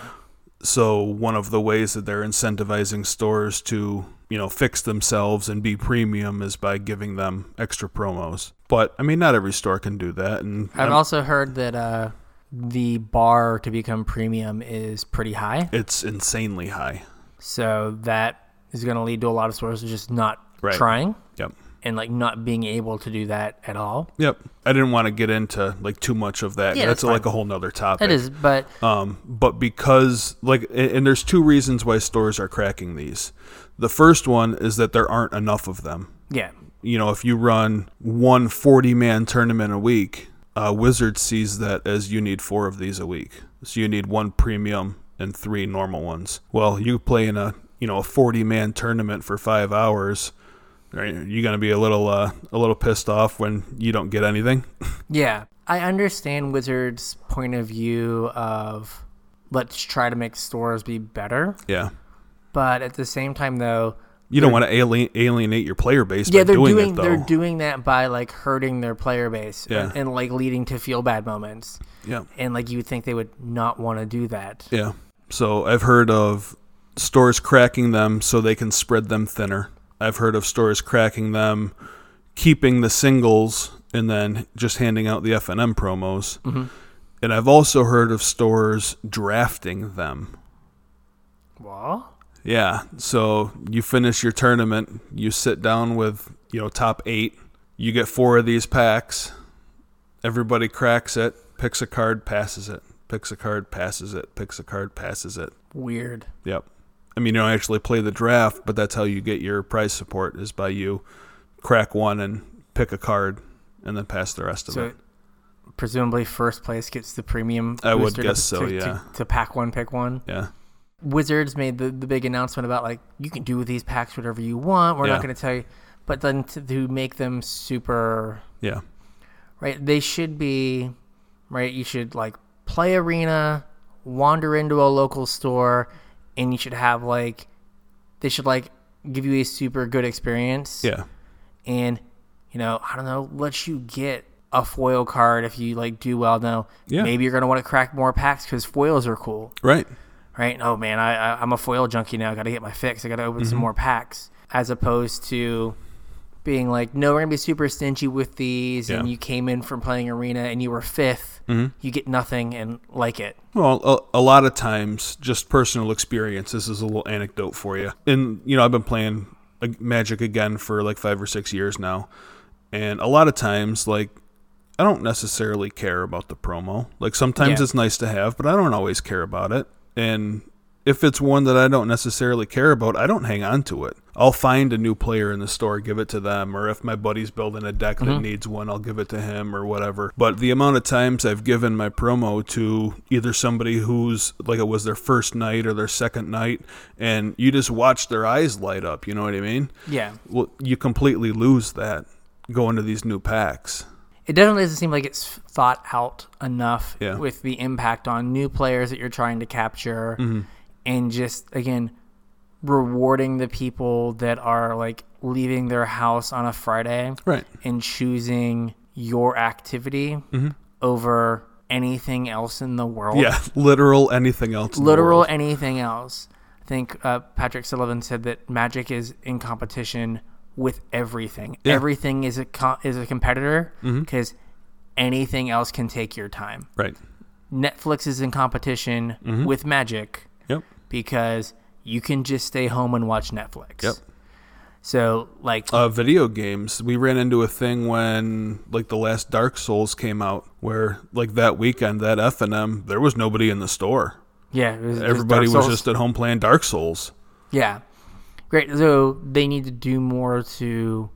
Speaker 2: So one of the ways that they're incentivizing stores to, you know, fix themselves and be premium is by giving them extra promos. But I mean, not every store can do that, and
Speaker 1: I've also heard that uh, the bar to become premium is pretty high.
Speaker 2: it's insanely high.
Speaker 1: So that is going to lead to a lot of stores just not
Speaker 2: Right.
Speaker 1: trying.
Speaker 2: Yep.
Speaker 1: and like not being able to do that at all.
Speaker 2: Yep. I didn't want to get into like too much of that.
Speaker 1: Yeah,
Speaker 2: that's
Speaker 1: that's fine.
Speaker 2: like a whole nother topic.
Speaker 1: That is, but
Speaker 2: Um, but because like, a- and there's two reasons why stores are cracking these. The first one is that there aren't enough of them.
Speaker 1: yeah,
Speaker 2: You know, if you run one 40 man tournament a week, uh, Wizard sees that as you need four of these a week. So you need one premium and three normal ones. Well, you play in a you know a 40 man tournament for five hours. Are you gonna be a little uh, a little pissed off when you don't get anything?
Speaker 1: yeah. I understand Wizards' point of view of let's try to make stores be better,
Speaker 2: yeah.
Speaker 1: but at the same time though,
Speaker 2: You don't want to alien, alienate your player base
Speaker 1: yeah,
Speaker 2: by
Speaker 1: they're
Speaker 2: doing,
Speaker 1: doing,
Speaker 2: it though.
Speaker 1: they're doing that by like hurting their player base
Speaker 2: Yeah.
Speaker 1: and, and like leading to feel bad moments.
Speaker 2: yeah.
Speaker 1: And like you would think they would not want to do that.
Speaker 2: Yeah. So I've heard of stores cracking them so they can spread them thinner. I've heard of stores cracking them, keeping the singles and then just handing out the F and M promos. And I've also heard of stores drafting them.
Speaker 1: Well,
Speaker 2: Yeah. So you finish your tournament, you sit down with, you know, top eight, you get four of these packs, everybody cracks it, picks a card, passes it, picks a card, passes it, picks a card, passes it.
Speaker 1: weird.
Speaker 2: Yep. I mean, you don't actually play the draft, but that's how you get your prize support is by you crack one and pick a card and then pass the rest of
Speaker 1: So
Speaker 2: it.
Speaker 1: presumably first place gets the premium.
Speaker 2: I would
Speaker 1: booster to-
Speaker 2: guess so,
Speaker 1: to- to-
Speaker 2: yeah.
Speaker 1: to pack one, pick one.
Speaker 2: Yeah.
Speaker 1: Wizards made the, the big announcement about like you can do with these packs whatever you want. We're
Speaker 2: Yeah.
Speaker 1: not going to tell you, but then to, to make them super
Speaker 2: Yeah.
Speaker 1: right, they should be right. You should like play arena, wander into a local store, and you should have like they should like give you a super good experience.
Speaker 2: Yeah.
Speaker 1: and you know I don't know, let you get a foil card if you like do well. Now
Speaker 2: Yeah.
Speaker 1: maybe you're going to want to crack more packs because foils are cool
Speaker 2: Right.
Speaker 1: right? Oh man, I, I I'm a foil junkie now. I got to get my fix. I got to open
Speaker 2: Mm-hmm.
Speaker 1: some more packs, as opposed to being like, no, we're gonna be super stingy with these, and
Speaker 2: Yeah. Mm-hmm.
Speaker 1: you came in from playing arena and you were 5th you get nothing and like it.
Speaker 2: Well, a, a lot of times, just personal experience. This is a little anecdote for you. And, you know, I've been playing uh, Magic again for like five or six years now. And a lot of times, like, I don't necessarily care about the promo. Like, sometimes
Speaker 1: Yeah.
Speaker 2: it's nice to have, but I don't always care about it. And if it's one that I don't necessarily care about, I don't hang on to it. I'll find a new player in the store, give it to them, or if my buddy's building a deck
Speaker 1: Mm-hmm.
Speaker 2: that needs one, I'll give it to him or whatever. But the amount of times I've given my promo to either somebody who's like it was their first night or their second night, and you just watch their eyes light up, you know what I mean?
Speaker 1: Yeah,
Speaker 2: Well, you completely lose that going to these new packs.
Speaker 1: it definitely doesn't seem like it's thought out enough
Speaker 2: Yeah.
Speaker 1: with the impact on new players that you're trying to capture,
Speaker 2: Mm-hmm.
Speaker 1: and just again rewarding the people that are like leaving their house on a Friday
Speaker 2: Right.
Speaker 1: and choosing your activity over anything else in the world.
Speaker 2: Mm-hmm. Yeah, literal anything else. in the
Speaker 1: Literal
Speaker 2: world.
Speaker 1: anything else. I think uh, Patrick Sullivan said that Magic is in competition with everything.
Speaker 2: Yeah. Mm-hmm.
Speaker 1: Everything is a co- is a competitor because anything else can take your time.
Speaker 2: Right.
Speaker 1: Netflix is in competition
Speaker 2: Mm-hmm.
Speaker 1: with Magic
Speaker 2: Yep.
Speaker 1: because you can just stay home and watch Netflix.
Speaker 2: Yep.
Speaker 1: So like
Speaker 2: uh, video games. We ran into a thing when like the last Dark Souls came out, where like that weekend, that F and M, there was nobody in the store.
Speaker 1: yeah, it was- it was
Speaker 2: Everybody
Speaker 1: Dark
Speaker 2: was
Speaker 1: Souls.
Speaker 2: just at home playing Dark Souls.
Speaker 1: Yeah. Great. So they need to do more to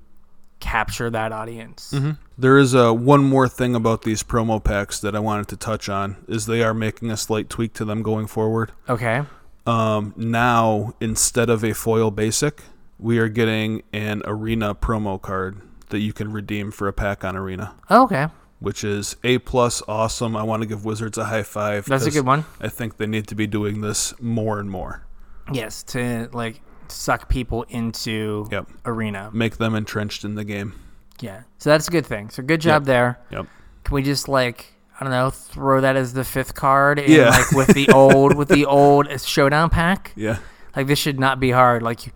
Speaker 1: capture that audience.
Speaker 2: There is uh, one more thing about these promo packs that I wanted to touch on is they are making a slight tweak to them going forward.
Speaker 1: Okay.
Speaker 2: Um, now instead of a foil basic, we are getting an arena promo card that you can redeem for a pack on arena.
Speaker 1: Okay.
Speaker 2: which is a plus awesome. I want to give Wizards a high five.
Speaker 1: That's a
Speaker 2: 'cause
Speaker 1: good one.
Speaker 2: I think they need to be doing this more and more.
Speaker 1: Yes, to like suck people into
Speaker 2: Yep.
Speaker 1: arena.
Speaker 2: Make them entrenched in the game.
Speaker 1: Yeah. So that's a good thing. So good job there.
Speaker 2: Yep.
Speaker 1: Can we just like I don't know, throw that as the fifth card and
Speaker 2: Yeah.
Speaker 1: like with the old with the old showdown pack?
Speaker 2: Yeah.
Speaker 1: Like this should not be hard. Like you,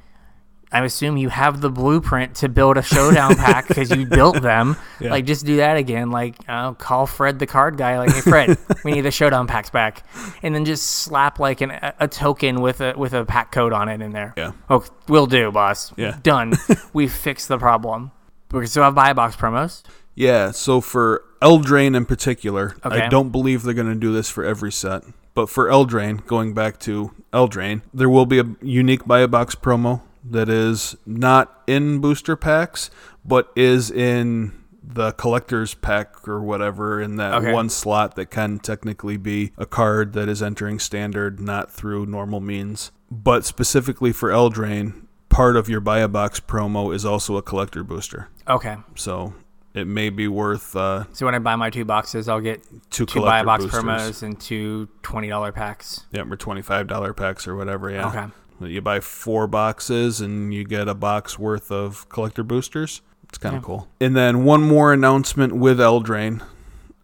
Speaker 1: I assume you have the blueprint to build a showdown pack because you built them.
Speaker 2: Yeah.
Speaker 1: Like just do that again. Like uh, call Fred the card guy. Like hey Fred, we need the showdown packs back, and then just slap like an, a token with a with a pack code on it in there.
Speaker 2: Yeah.
Speaker 1: Oh, will do, boss.
Speaker 2: Yeah.
Speaker 1: Done. we fixed the problem. We still have buy a box promos.
Speaker 2: Yeah, so for Eldraine in particular,
Speaker 1: Okay.
Speaker 2: I don't believe they're going to do this for every set. But for Eldraine, going back to Eldraine, there will be a unique buy a box promo that is not in booster packs, but is in the collector's pack or whatever in that
Speaker 1: Okay.
Speaker 2: one slot that can technically be a card that is entering standard, not through normal means. But specifically for Eldraine, part of your buy a box promo is also a collector booster.
Speaker 1: Okay.
Speaker 2: So it may be worth uh,
Speaker 1: So when I buy my two boxes, I'll get
Speaker 2: two,
Speaker 1: two buy a box
Speaker 2: boosters.
Speaker 1: promos and two $20 packs.
Speaker 2: Yeah, or twenty five dollar packs or whatever.
Speaker 1: Okay.
Speaker 2: Yeah. You buy four boxes and you get a box worth of collector boosters. It's kind of cool. And then one more announcement with Eldraine,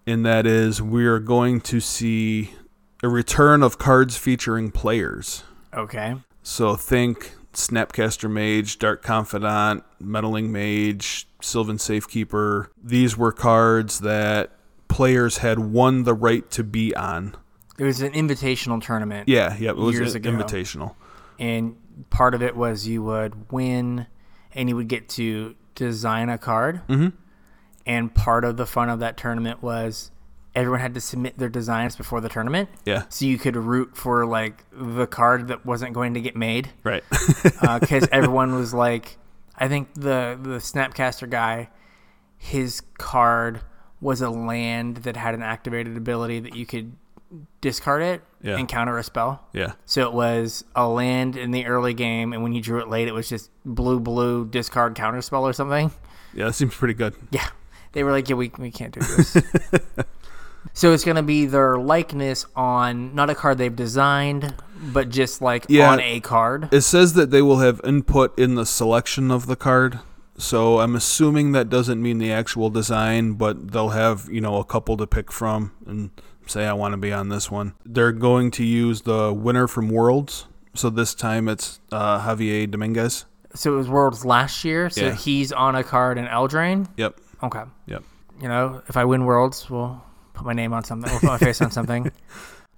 Speaker 2: and that is we are going to see a return of cards featuring players.
Speaker 1: Okay.
Speaker 2: So think Snapcaster Mage, Dark Confidant, Meddling Mage, Sylvan Safekeeper. These were cards that players had won the right to be on.
Speaker 1: It was an invitational tournament.
Speaker 2: Yeah, yeah, it was
Speaker 1: Years ago.
Speaker 2: invitational.
Speaker 1: And part of it was you would win and you would get to design a card. Mm-hmm. And part of the fun of that tournament was everyone had to submit their designs before the tournament.
Speaker 2: Yeah.
Speaker 1: So you could root for like the card that wasn't going to get made.
Speaker 2: Right.
Speaker 1: because everyone was like, I think the the Snapcaster guy, his card was a land that had an activated ability that you could discard it
Speaker 2: Yeah.
Speaker 1: and counter a spell.
Speaker 2: yeah.
Speaker 1: So it was a land in the early game, and when you drew it late, it was just blue blue discard counter spell or something.
Speaker 2: Yeah, that seems pretty good.
Speaker 1: Yeah, they were like, yeah, we we can't do this. So it's gonna be their likeness on not a card they've designed, but just like
Speaker 2: Yeah.
Speaker 1: on a card.
Speaker 2: It says that they will have input in the selection of the card. So I'm assuming that doesn't mean the actual design, but they'll have, you know, a couple to pick from and say I want to be on this one. They're going to use the winner from Worlds. So this time it's uh, Javier Dominguez.
Speaker 1: So it was Worlds last year. So
Speaker 2: Yeah.
Speaker 1: he's on a card in Eldraine.
Speaker 2: Yep.
Speaker 1: Okay.
Speaker 2: Yep.
Speaker 1: You know, if I win Worlds, we'll put my name on something. We'll put my face on something.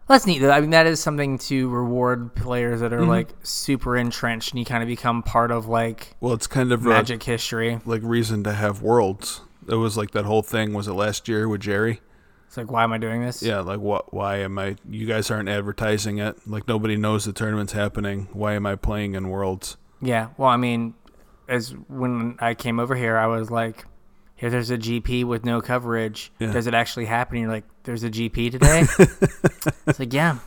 Speaker 1: That's neat. Though. I mean, that is something to reward players that are
Speaker 2: Mm-hmm.
Speaker 1: like super entrenched and you kind of become part of like
Speaker 2: Well, it's kind of a,
Speaker 1: magic history.
Speaker 2: like reason to have Worlds. It was like that whole thing was it last year with Jerry?
Speaker 1: It's like, why am I doing this?
Speaker 2: Yeah, like what? Why am I? You guys aren't advertising it. Like nobody knows the tournament's happening. Why am I playing in Worlds?
Speaker 1: Yeah. Well, I mean, as when I came over here, I was like, if there's a GP with no coverage,
Speaker 2: Yeah.
Speaker 1: does it actually happen? And you're like, there's a GP today. it's like, yeah,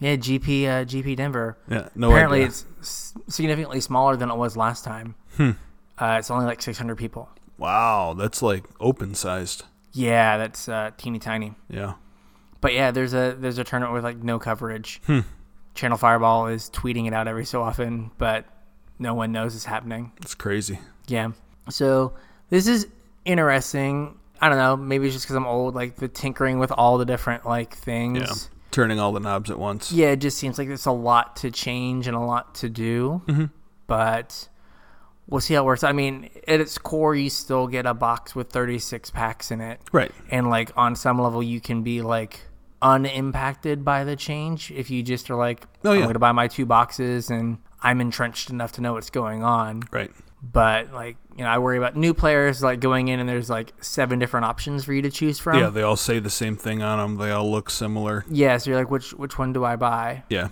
Speaker 1: yeah, GP, uh, GP Denver.
Speaker 2: Yeah, no.
Speaker 1: Apparently,
Speaker 2: idea.
Speaker 1: it's s- significantly smaller than it was last time.
Speaker 2: Hmm.
Speaker 1: Uh, it's only like 600 people.
Speaker 2: wow. That's like open sized.
Speaker 1: Yeah, that's uh, teeny tiny.
Speaker 2: Yeah,
Speaker 1: But yeah, there's a there's a tournament with like no coverage.
Speaker 2: Hmm.
Speaker 1: Channel Fireball is tweeting it out every so often, but no one knows it's happening.
Speaker 2: it's crazy.
Speaker 1: Yeah. So this is interesting. I don't know. Maybe it's just because I'm old. Like the tinkering with all the different like
Speaker 2: Yeah,
Speaker 1: things.
Speaker 2: turning all the knobs at once.
Speaker 1: Yeah, it just seems like there's a lot to change and a lot to do.
Speaker 2: Mm-hmm.
Speaker 1: But we'll see how it works. I mean, at its core, you still get a box with 36 packs in it.
Speaker 2: Right.
Speaker 1: And like on some level, you can be like unimpacted by the change if you just are like,
Speaker 2: Oh,
Speaker 1: I'm
Speaker 2: yeah.
Speaker 1: going to buy my two boxes and I'm entrenched enough to know what's going on.
Speaker 2: Right.
Speaker 1: But like, you know, I worry about new players like going in and there's like seven different options for you to choose from.
Speaker 2: yeah, they all say the same thing on them. They all look similar.
Speaker 1: Yeah, so you're like, which which one do I buy?
Speaker 2: Yeah.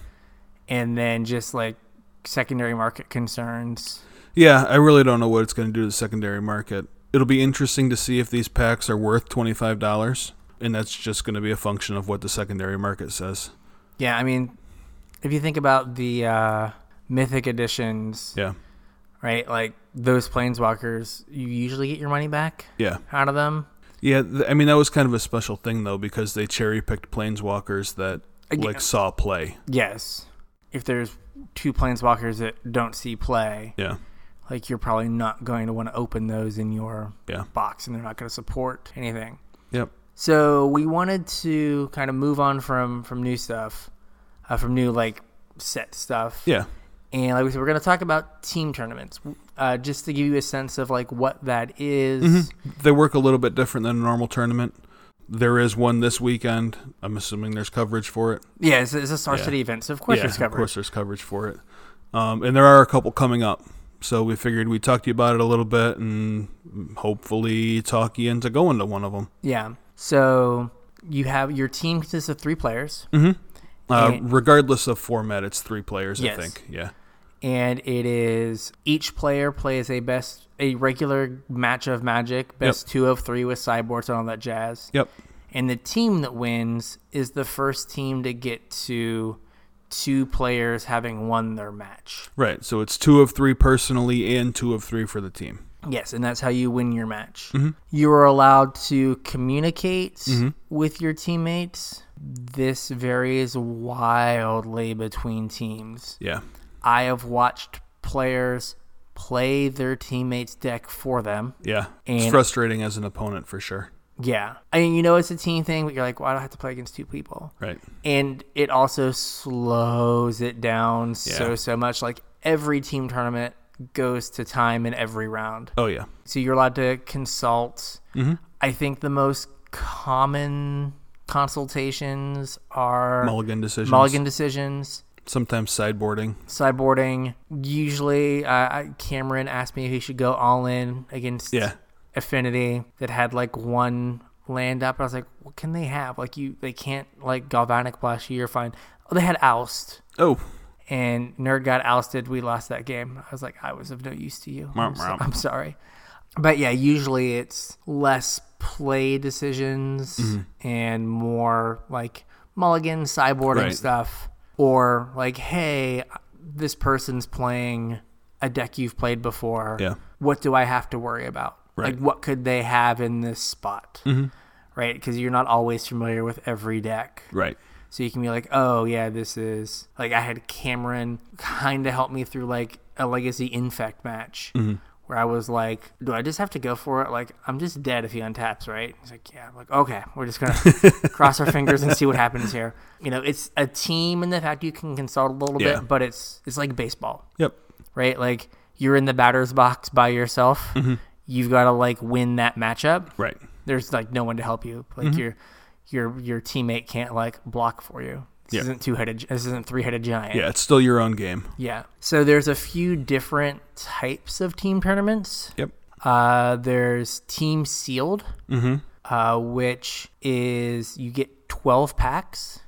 Speaker 1: and then just like secondary market concerns.
Speaker 2: Yeah, I really don't know what it's going to do to the secondary market. It'll be interesting to see if these packs are worth twenty five dollars, and that's just going to be a function of what the secondary market says.
Speaker 1: Yeah, I mean, if you think about the uh, mythic editions,
Speaker 2: Yeah.
Speaker 1: right? Like those planeswalkers, you usually get your money back
Speaker 2: Yeah.
Speaker 1: out of them.
Speaker 2: Yeah, th- I mean that was kind of a special thing though because they cherry picked planeswalkers that
Speaker 1: Again-
Speaker 2: like saw play.
Speaker 1: Yes, if there's two planeswalkers that don't see play,
Speaker 2: Yeah,
Speaker 1: like you're probably not going to want to open those in your
Speaker 2: yeah,
Speaker 1: box, and they're not going to support anything.
Speaker 2: yep.
Speaker 1: So we wanted to kind of move on from from new stuff, uh, from new like set stuff.
Speaker 2: Yeah,
Speaker 1: and like we said, we're going to talk about team tournaments, uh, just to give you a sense of like what that is.
Speaker 2: they work a little bit different than a normal tournament. There is one this weekend. I'm assuming there's coverage for it.
Speaker 1: Yeah, it's, it's a Star City event, so of course
Speaker 2: yeah,
Speaker 1: there's coverage.
Speaker 2: of course there's coverage for it. Um, and there are a couple coming up. So we figured we'd talk to you about it a little bit and hopefully talk you into going to one of them.
Speaker 1: Yeah. So you have your team consists of three players,
Speaker 2: Uh,
Speaker 1: And-
Speaker 2: regardless of format, it's three players,
Speaker 1: Yes.
Speaker 2: I think. Yeah.
Speaker 1: and it is each player plays a best a regular match of Magic, best two of three with sideboards and all that jazz.
Speaker 2: Yep.
Speaker 1: And the team that wins is the first team to get to two players having won their match.
Speaker 2: Right. So it's two of three personally and two of three for the team.
Speaker 1: Yes, and that's how you win your match. You are allowed to communicate with your teammates. This varies wildly between teams.
Speaker 2: Yeah.
Speaker 1: I have watched players play their teammates' deck for them.
Speaker 2: Yeah. it's
Speaker 1: And-
Speaker 2: frustrating as an opponent for sure.
Speaker 1: Yeah. And you know it's a team thing, but you're like, well, I don't have to play against two people.
Speaker 2: Right.
Speaker 1: And it also slows it down so,
Speaker 2: Yeah.
Speaker 1: so much. Like every team tournament goes to time in every round.
Speaker 2: Oh, yeah.
Speaker 1: so you're allowed to consult. I think the most common consultations are
Speaker 2: Mulligan decisions.
Speaker 1: mulligan decisions,
Speaker 2: Sometimes sideboarding.
Speaker 1: sideboarding. Usually, uh, I- Cameron asked me if he should go all in against
Speaker 2: Yeah.
Speaker 1: Affinity that had like one land up. I was like, what can they have? Like you, they can't like Galvanic Blast you. You're fine. Oh, they had Oust.
Speaker 2: Oh,
Speaker 1: and Nerd got ousted. We lost that game. I was like, I was of no use to you. I'm, so-
Speaker 2: meow.
Speaker 1: I'm sorry. But yeah, usually it's less play decisions
Speaker 2: Mm-hmm.
Speaker 1: and more like mulligan, sideboarding
Speaker 2: Right.
Speaker 1: stuff, or like, hey, this person's playing a deck you've played before.
Speaker 2: Yeah.
Speaker 1: What do I have to worry about?
Speaker 2: Right. Mm-hmm.
Speaker 1: Like, what could they have in this spot? Right? Because you're not always familiar with every deck.
Speaker 2: right.
Speaker 1: So you can be like, oh yeah, this is like I had Cameron kind of help me through like a legacy infect match where I was like, do I just have to go for it? Like I'm just dead if he untaps, right? He's like, yeah. I'm like okay, we're just gonna cross our fingers and see what happens here. You know, it's a team and the fact you can consult a little
Speaker 2: Yeah.
Speaker 1: bit, but it's it's like baseball,
Speaker 2: Yep.
Speaker 1: right? Like you're in the batter's box by yourself. You've got to like win that matchup
Speaker 2: Right.
Speaker 1: there's like no one to help you. Like
Speaker 2: Mm-hmm.
Speaker 1: your your your teammate can't like block for you. This
Speaker 2: Yeah.
Speaker 1: isn't two headed. This isn't three headed giant.
Speaker 2: Yeah. It's still your own game.
Speaker 1: Yeah. So there's a few different types of team tournaments.
Speaker 2: Yep.
Speaker 1: Uh, there's team sealed,
Speaker 2: Mm-hmm.
Speaker 1: uh, which is you get 12 packs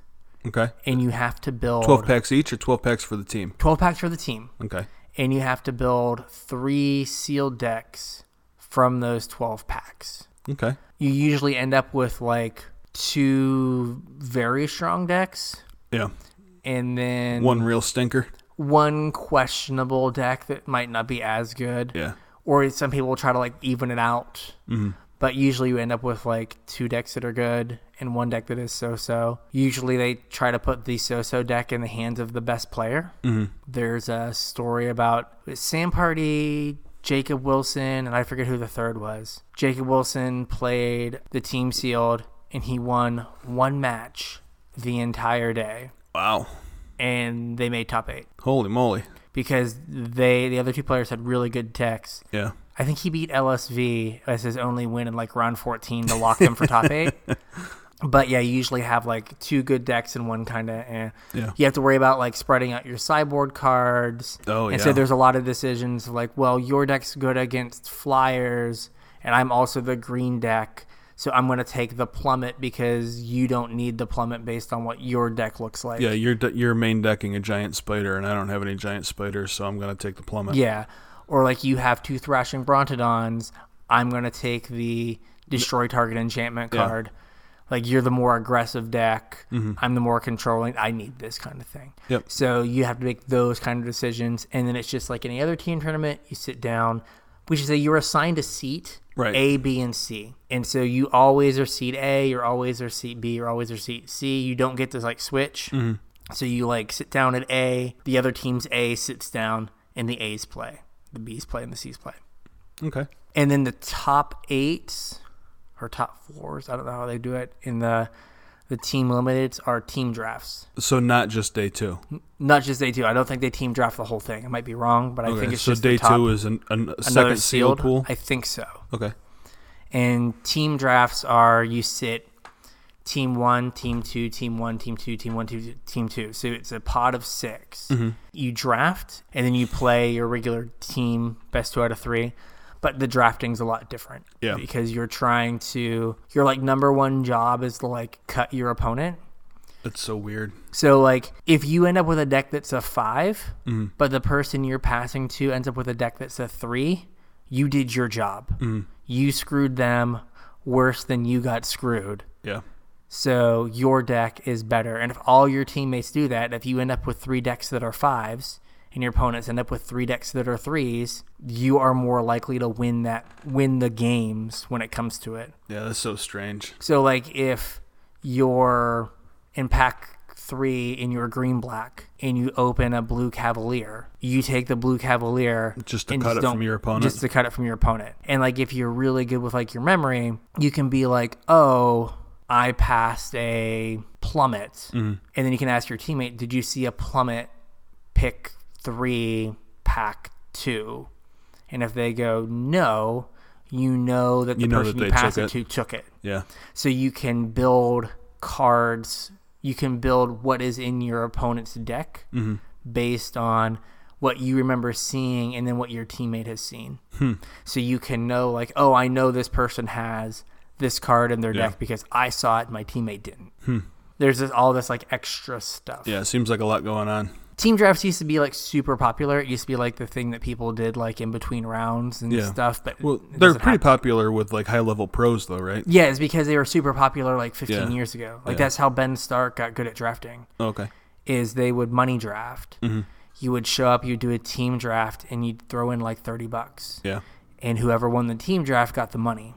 Speaker 2: Okay.
Speaker 1: and you have to build
Speaker 2: 12 packs each or 12 packs for the team?
Speaker 1: 12 packs for the team,
Speaker 2: Okay.
Speaker 1: and you have to build three sealed decks from those 12 packs.
Speaker 2: Okay.
Speaker 1: you usually end up with like two very strong decks
Speaker 2: Yeah.
Speaker 1: and then
Speaker 2: One real stinker.
Speaker 1: one questionable deck that might not be as good
Speaker 2: Yeah.
Speaker 1: or some people try to like even it out but usually you end up with like two decks that are good and one deck that is so-so usually they try to put the so-so deck in the hands of the best player there's a story about sam party jacob wilson and i forget who the third was jacob wilson played the team sealed and he won one match the entire day
Speaker 2: Wow.
Speaker 1: and they made top eight
Speaker 2: Holy moly.
Speaker 1: because they the other two players had really good decks
Speaker 2: Yeah.
Speaker 1: I think he beat LSV as his only win in like round 14 to lock them for top eight. But yeah, you usually have like two good decks and one kind of. Eh.
Speaker 2: Yeah.
Speaker 1: You have to worry about like spreading out your sideboard cards.
Speaker 2: Oh,
Speaker 1: and
Speaker 2: yeah.
Speaker 1: so there's a lot of decisions of, like, well, your deck's good against flyers, and I'm also the green deck. So I'm going to take the plummet because you don't need the plummet based on what your deck looks like.
Speaker 2: Yeah, you're de- you're main decking a giant spider, and I don't have any giant spiders, so I'm gonna take the plummet.
Speaker 1: Yeah. Or like you have two thrashing Brontodons, I'm gonna take the destroy target enchantment
Speaker 2: Yeah. Mm-hmm.
Speaker 1: card. Like you're the more aggressive deck. I'm the more controlling. I need this kind of thing.
Speaker 2: Yep.
Speaker 1: So you have to make those kind of decisions, and then it's just like any other team tournament. You sit down. We should say you're assigned a seat,
Speaker 2: Right.
Speaker 1: A, B, and C, and so you always are seat A. You're always are seat B. You're always are seat C. You don't get to like switch.
Speaker 2: Mm-hmm.
Speaker 1: So you like sit down at A. The other team's A sits down, and the A's play, the B's play, and the C's play.
Speaker 2: Okay.
Speaker 1: And then the top eights or top fours, I don't know how they do it in the the team limiteds are team drafts.
Speaker 2: So not just day two.
Speaker 1: Not just day two. I don't think they team draft the whole thing. I might be wrong, but I think
Speaker 2: Okay.
Speaker 1: it's
Speaker 2: So
Speaker 1: just
Speaker 2: day
Speaker 1: the top,
Speaker 2: two is an, an a
Speaker 1: another
Speaker 2: second sealed pool.
Speaker 1: I think so.
Speaker 2: okay.
Speaker 1: And team drafts are you sit team one, team two, team one, team two, team one, team two, team two. So it's a pod of 6 You draft and then you play your regular team, best two out of three. But the drafting's a lot different.
Speaker 2: Yeah.
Speaker 1: Because you're trying to, your like number one job is to like cut your opponent.
Speaker 2: It's so weird.
Speaker 1: So like if you end up with a deck that's a 5 but the person you're passing to ends up with a deck that's a three, you did your job. You screwed them worse than you got screwed.
Speaker 2: Yeah.
Speaker 1: So your deck is better. And if all your teammates do that, if you end up with three decks that are fives and your opponents end up with three decks that are threes, you are more likely to win that win the games when it comes to it.
Speaker 2: Yeah, that's so strange.
Speaker 1: So like if you're in pack three in your green black and you open a blue cavalier, you take the blue cavalier
Speaker 2: Just to
Speaker 1: and
Speaker 2: cut it
Speaker 1: don't-
Speaker 2: from your opponent.
Speaker 1: Just to cut it from your opponent. And like if you're really good with like your memory, you can be like, oh, I passed a plummet.
Speaker 2: Mm-hmm.
Speaker 1: And then you can ask your teammate, did you see a plummet pick three pack two? And if they go no, you know that the
Speaker 2: You know
Speaker 1: person
Speaker 2: that
Speaker 1: you
Speaker 2: they
Speaker 1: passed
Speaker 2: took
Speaker 1: it to
Speaker 2: it.
Speaker 1: took it
Speaker 2: Yeah.
Speaker 1: so you can build cards you can build what is in your opponent's deck
Speaker 2: Mm-hmm.
Speaker 1: based on what you remember seeing and then what your teammate has seen
Speaker 2: Hmm.
Speaker 1: so you can know like oh i know this person has this card in their
Speaker 2: Yeah. Hmm.
Speaker 1: deck because i saw it my teammate didn't there's this, all this like extra stuff
Speaker 2: Yeah, it seems like a lot going on.
Speaker 1: team drafts used to be like super popular it used to be like the thing that people did like in between rounds and
Speaker 2: Yeah.
Speaker 1: stuff but
Speaker 2: Well,
Speaker 1: it
Speaker 2: they're
Speaker 1: doesn't
Speaker 2: pretty popular with like high level pros though, right?
Speaker 1: yeah, it's because they were super popular like 15
Speaker 2: Yeah.
Speaker 1: years ago. Like
Speaker 2: Yeah.
Speaker 1: that's how Ben Stark got good at drafting.
Speaker 2: Okay.
Speaker 1: Is they would money draft.
Speaker 2: Mm-hmm.
Speaker 1: You would show up, you'd do a team draft, and you'd throw in like 30 bucks,
Speaker 2: Yeah. Hmm.
Speaker 1: and whoever won the team draft got the money.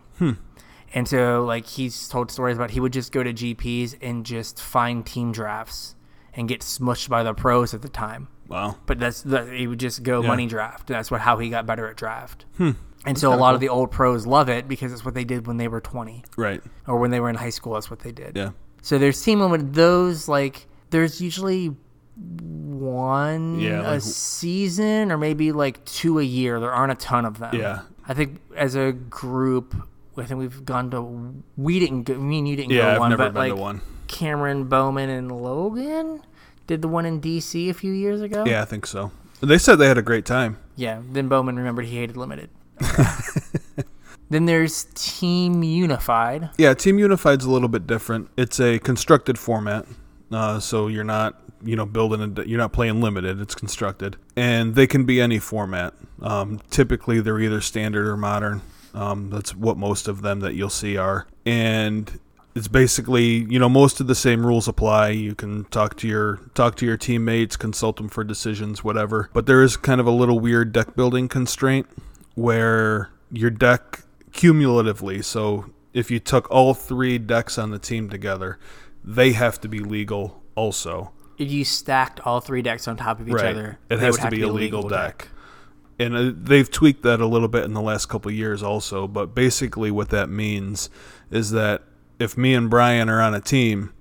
Speaker 1: And so like he's told stories about he would just go to GPs and just find team drafts and get smushed by the pros at the time.
Speaker 2: Wow.
Speaker 1: But that's that he would just go
Speaker 2: Yeah. Hmm.
Speaker 1: money draft. That's what how he got better at draft. And so a lot of the old pros love it because it's what they did when they were 20
Speaker 2: Right.
Speaker 1: or when they were in high school, that's what they did.
Speaker 2: Yeah.
Speaker 1: So there's team limited. Those like there's usually one
Speaker 2: Yeah,
Speaker 1: a
Speaker 2: like-
Speaker 1: season or maybe like two a year. There aren't a ton of them.
Speaker 2: Yeah.
Speaker 1: I think as a group, I think we've gone to we didn't go, me and you didn't
Speaker 2: Yeah,
Speaker 1: go
Speaker 2: I've
Speaker 1: one,
Speaker 2: never
Speaker 1: but
Speaker 2: been
Speaker 1: like
Speaker 2: to one.
Speaker 1: Cameron Bowman and Logan did the one in DC a few years ago.
Speaker 2: Yeah, I think so. They said they had a great time.
Speaker 1: Yeah, Then Bowman remembered he hated limited. then there's Team Unified.
Speaker 2: Yeah, Team Unified's a little bit different. It's a constructed format, uh, so you're not you know building a, d- you're not playing limited. It's constructed, and they can be any format. Um, typically, they're either standard or modern. Um, that's what most of them that you'll see are, and it's basically you know most of the same rules apply. You can talk to your talk to your teammates, consult them for decisions, whatever. But there is kind of a little weird deck building constraint where your deck cumulatively. So if you took all three decks on the team together, they have to be legal also.
Speaker 1: If you stacked all three decks on top of each other,
Speaker 2: It
Speaker 1: they
Speaker 2: has
Speaker 1: would
Speaker 2: to
Speaker 1: have
Speaker 2: be a legal deck.
Speaker 1: deck.
Speaker 2: And uh, they've tweaked that a little bit in the last couple of years also, but basically what that means is that if me and Brian are on a team